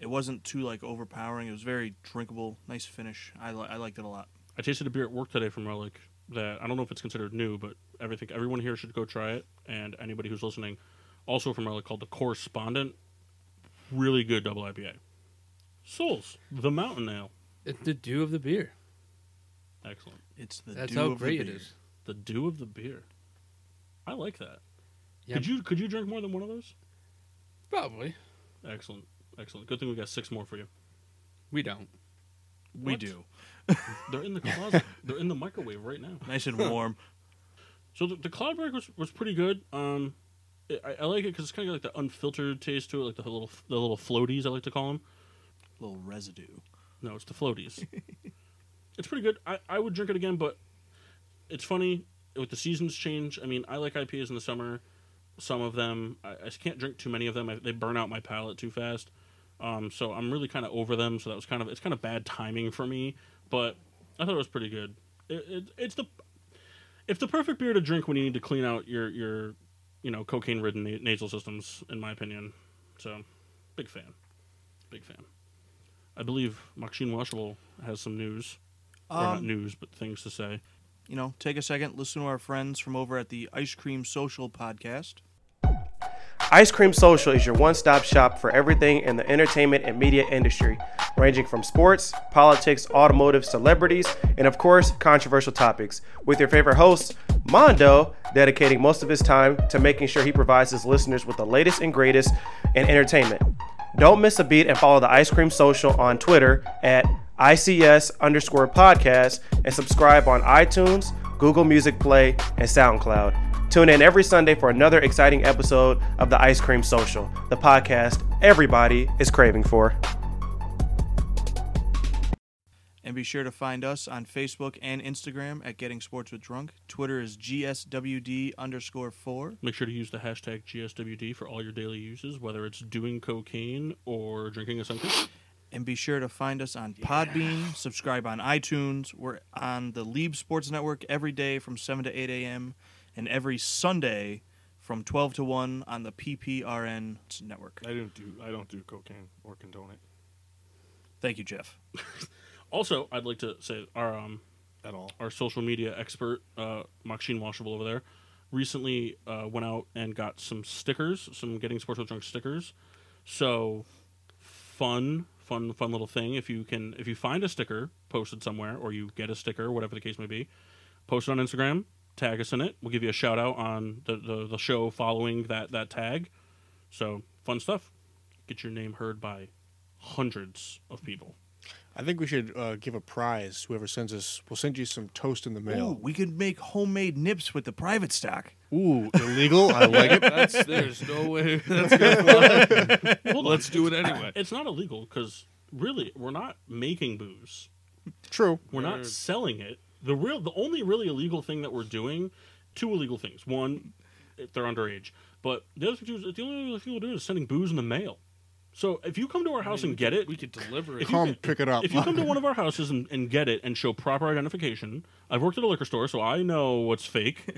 [SPEAKER 3] it wasn't too like overpowering. It was very drinkable. Nice finish. I li- I liked it a lot.
[SPEAKER 1] I tasted a beer at work today from Relic that I don't know if it's considered new, but everything everyone here should go try it, and anybody who's listening, also from Relic called the Correspondent. Really good double IPA. Souls, the Mountain Ale,
[SPEAKER 2] It's the dew of the beer.
[SPEAKER 1] excellent.
[SPEAKER 3] It's the
[SPEAKER 2] That's
[SPEAKER 3] dew
[SPEAKER 2] how
[SPEAKER 3] of the
[SPEAKER 2] great it
[SPEAKER 3] beer.
[SPEAKER 2] is.
[SPEAKER 1] The Dew of the Beer. I like that.
[SPEAKER 2] Yeah.
[SPEAKER 1] Could you could you drink more than one of those?
[SPEAKER 2] Probably.
[SPEAKER 1] Excellent, excellent. Good thing we got six more for you.
[SPEAKER 2] We
[SPEAKER 4] [LAUGHS]
[SPEAKER 2] don't.
[SPEAKER 3] We
[SPEAKER 1] What?
[SPEAKER 3] do
[SPEAKER 1] They're in the closet. They're in the microwave right now.
[SPEAKER 3] nice and warm.
[SPEAKER 1] So the, the Cloudbreak was, was pretty good. Um, it, I, I like it because it's kind of like the unfiltered taste to it, like the little the little floaties I like to call them.
[SPEAKER 3] little residue.
[SPEAKER 1] No, it's the floaties. [LAUGHS] it's pretty good. I, I would drink it again, but it's funny with the seasons change. I mean, I like IPAs in the summer. Some of them I, I just can't drink too many of them. I, they burn out my palate too fast. Um, so I'm really kind of over them. So that was kind of it's kind of bad timing for me. But I thought it was pretty good. It, it, it's the it's the perfect beer to drink when you need to clean out your your you know cocaine ridden na- nasal systems, in my opinion. So big fan, big fan. I believe Maxine Washable has some news. or not
[SPEAKER 3] Um,
[SPEAKER 1] news, but things to say.
[SPEAKER 3] you know, take a second, listen to our friends from over at the Ice Cream Social podcast.
[SPEAKER 7] Ice Cream Social is your one stop shop for everything in the entertainment and media industry, ranging from sports, politics, automotive, celebrities, and of course, controversial topics. With your favorite host, Mondo, dedicating most of his time to making sure he provides his listeners with the latest and greatest in entertainment. Don't miss a beat and follow the Ice Cream Social on Twitter at ICS underscore podcast and subscribe on iTunes, Google Music Play, and SoundCloud. Tune in every Sunday for another exciting episode of the Ice Cream Social, the podcast everybody is craving for.
[SPEAKER 3] And be sure to find us on Facebook and Instagram at Getting Sports with Drunk. Twitter is GSWD underscore four.
[SPEAKER 1] Make sure to use the hashtag GSWD for all your daily uses, whether it's doing cocaine or drinking a sunken.
[SPEAKER 3] And be sure to find us on Podbean, subscribe on iTunes. We're on the Lieb Sports Network every day from 7 to 8 a.m. and every Sunday from 12 to 1 on the PPRN network.
[SPEAKER 4] I don't do I don't do cocaine or condone it
[SPEAKER 3] Thank you, Jeff.
[SPEAKER 1] Also, I'd like to say our um,
[SPEAKER 4] at all.
[SPEAKER 1] our social media expert, uh, Maxine Washable over there, recently uh, went out and got some stickers, some Getting Sports with Drunk stickers. So fun, fun, fun little thing. If you can, if you find a sticker posted somewhere, or you get a sticker, whatever the case may be, post it on Instagram, tag us in it. We'll give you a shout out on the the, the show following that that tag. So fun stuff. Get your name heard by hundreds of people.
[SPEAKER 5] I think we should uh, give a prize. Whoever sends us, we'll send you some toast in the
[SPEAKER 3] Ooh,
[SPEAKER 5] mail.
[SPEAKER 3] we could make homemade nips with the private stock.
[SPEAKER 5] Ooh, [LAUGHS] illegal. I like it.
[SPEAKER 4] That's there's no way [LAUGHS] that's gonna fly.
[SPEAKER 1] Hold on.
[SPEAKER 4] Let's do it anyway.
[SPEAKER 1] It's not illegal because really, we're not making booze.
[SPEAKER 5] True.
[SPEAKER 1] We're
[SPEAKER 4] We're-
[SPEAKER 1] not selling it. The real, the only really illegal thing that we're doing, two illegal things. One, if they're underage, but the other thing too is the only illegal thing we're doing is sending booze in the mail. So if you come to our house and get it,
[SPEAKER 4] We could deliver it.
[SPEAKER 1] you
[SPEAKER 5] Come
[SPEAKER 1] can-
[SPEAKER 5] pick it up.
[SPEAKER 1] if you come to one of our houses and, and get it and show proper identification, I've worked at
[SPEAKER 4] [LAUGHS] [LAUGHS]
[SPEAKER 1] a liquor store, so I know what's fake.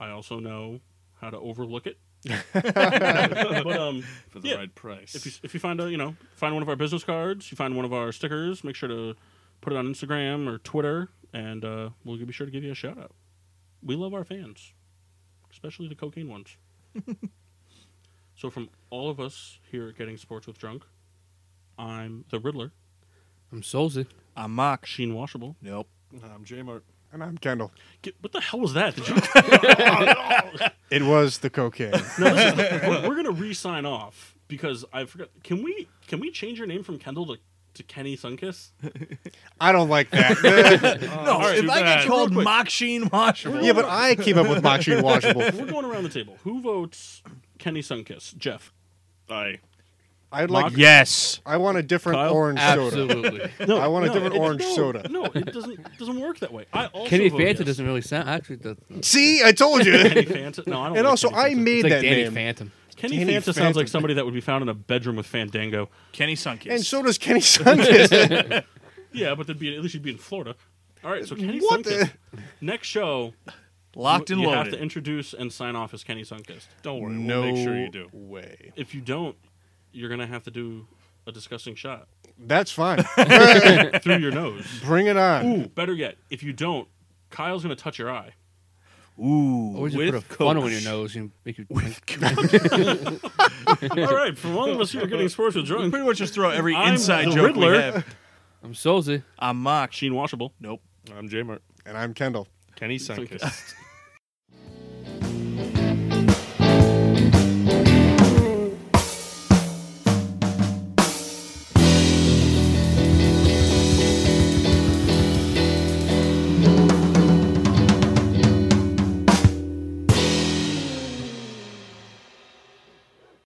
[SPEAKER 1] I also know how to overlook it [LAUGHS] but um,
[SPEAKER 4] for the
[SPEAKER 1] Yeah.
[SPEAKER 4] right price.
[SPEAKER 1] if you if you find a you know find one of our business cards, you find one of our stickers, make sure to put it on Instagram or Twitter, and uh, we'll be sure to give you a shout out. We love our fans, especially the cocaine ones. so from all of us here at Getting Sports with Drunk, I'm the Riddler,
[SPEAKER 2] I'm Solzy.
[SPEAKER 6] I'm mock.
[SPEAKER 1] Sheen Washable.
[SPEAKER 6] Nope.
[SPEAKER 4] I'm J Mart.
[SPEAKER 5] [LAUGHS] And I'm Kendall.
[SPEAKER 1] Get, what the hell was that? Did you?
[SPEAKER 5] It was the cocaine.
[SPEAKER 1] No, this is, we're, we're gonna re-sign off because I forgot. Can we can we change your name from Kendall to, to Kenny Sunkiss?
[SPEAKER 5] I don't like that.
[SPEAKER 6] no,
[SPEAKER 4] all right,
[SPEAKER 6] if
[SPEAKER 4] too
[SPEAKER 6] I
[SPEAKER 4] bad.
[SPEAKER 6] get called mock Sheen Washable.
[SPEAKER 5] yeah, but I came up with Machi Washable.
[SPEAKER 1] We're going around the table. Who votes Kenny Sunkiss? Jeff.
[SPEAKER 4] I
[SPEAKER 5] I'd like.
[SPEAKER 6] Yes.
[SPEAKER 5] I want a different
[SPEAKER 1] Kyle?
[SPEAKER 5] orange soda.
[SPEAKER 4] [LAUGHS]
[SPEAKER 2] Absolutely.
[SPEAKER 1] No,
[SPEAKER 5] I want a different
[SPEAKER 1] it-
[SPEAKER 5] orange
[SPEAKER 1] no,
[SPEAKER 5] soda.
[SPEAKER 1] No, it doesn't doesn't work that way. I also
[SPEAKER 2] Kenny
[SPEAKER 1] vote
[SPEAKER 2] Fanta
[SPEAKER 1] yes.
[SPEAKER 2] doesn't really sound. Actually, does. It's
[SPEAKER 5] See, I told you. [LAUGHS]
[SPEAKER 1] Kenny Fanta. No, I don't.
[SPEAKER 5] and
[SPEAKER 1] like
[SPEAKER 5] also,
[SPEAKER 1] Kenny
[SPEAKER 5] I
[SPEAKER 1] Fanta.
[SPEAKER 5] made
[SPEAKER 2] like
[SPEAKER 5] that
[SPEAKER 2] Danny
[SPEAKER 5] name.
[SPEAKER 2] Phantom.
[SPEAKER 1] Kenny,
[SPEAKER 5] Danny
[SPEAKER 1] Fanta sounds like
[SPEAKER 5] Fanta.
[SPEAKER 1] somebody that would be found in a bedroom with Fandango.
[SPEAKER 3] Kenny Sunkiss.
[SPEAKER 5] And so does Kenny Sunkiss.
[SPEAKER 1] Yeah, but there'd be at least you'd be in Florida. All right, so Kenny
[SPEAKER 5] What
[SPEAKER 1] Sunkiss. Next show,
[SPEAKER 3] Locked
[SPEAKER 1] you
[SPEAKER 3] and
[SPEAKER 1] have
[SPEAKER 3] loaded.
[SPEAKER 1] to introduce and sign off as Kenny Sunkiss.
[SPEAKER 4] don't worry.
[SPEAKER 5] no
[SPEAKER 4] We'll make sure you do.
[SPEAKER 5] way.
[SPEAKER 1] If you don't, you're gonna have to do a disgusting shot
[SPEAKER 5] That's fine.
[SPEAKER 1] through your nose.
[SPEAKER 5] Bring
[SPEAKER 1] [LAUGHS]
[SPEAKER 5] it on.
[SPEAKER 1] Ooh, better yet, if you don't, Kyle's gonna touch your eye.
[SPEAKER 6] Ooh.
[SPEAKER 2] Or just
[SPEAKER 4] With
[SPEAKER 2] put a funnel in
[SPEAKER 4] Coke.
[SPEAKER 2] your nose and make you.
[SPEAKER 1] All right, from all of us here at getting sports with drunk,
[SPEAKER 3] Pretty much just throw every
[SPEAKER 1] I'm
[SPEAKER 3] inside
[SPEAKER 1] the
[SPEAKER 3] joke we
[SPEAKER 1] Riddler.
[SPEAKER 3] have.
[SPEAKER 2] I'm Solzy.
[SPEAKER 6] I'm mock.
[SPEAKER 1] Sheen Washable.
[SPEAKER 4] I'm J Mart.
[SPEAKER 5] And I'm Kendall.
[SPEAKER 4] Kenny Sunkiss.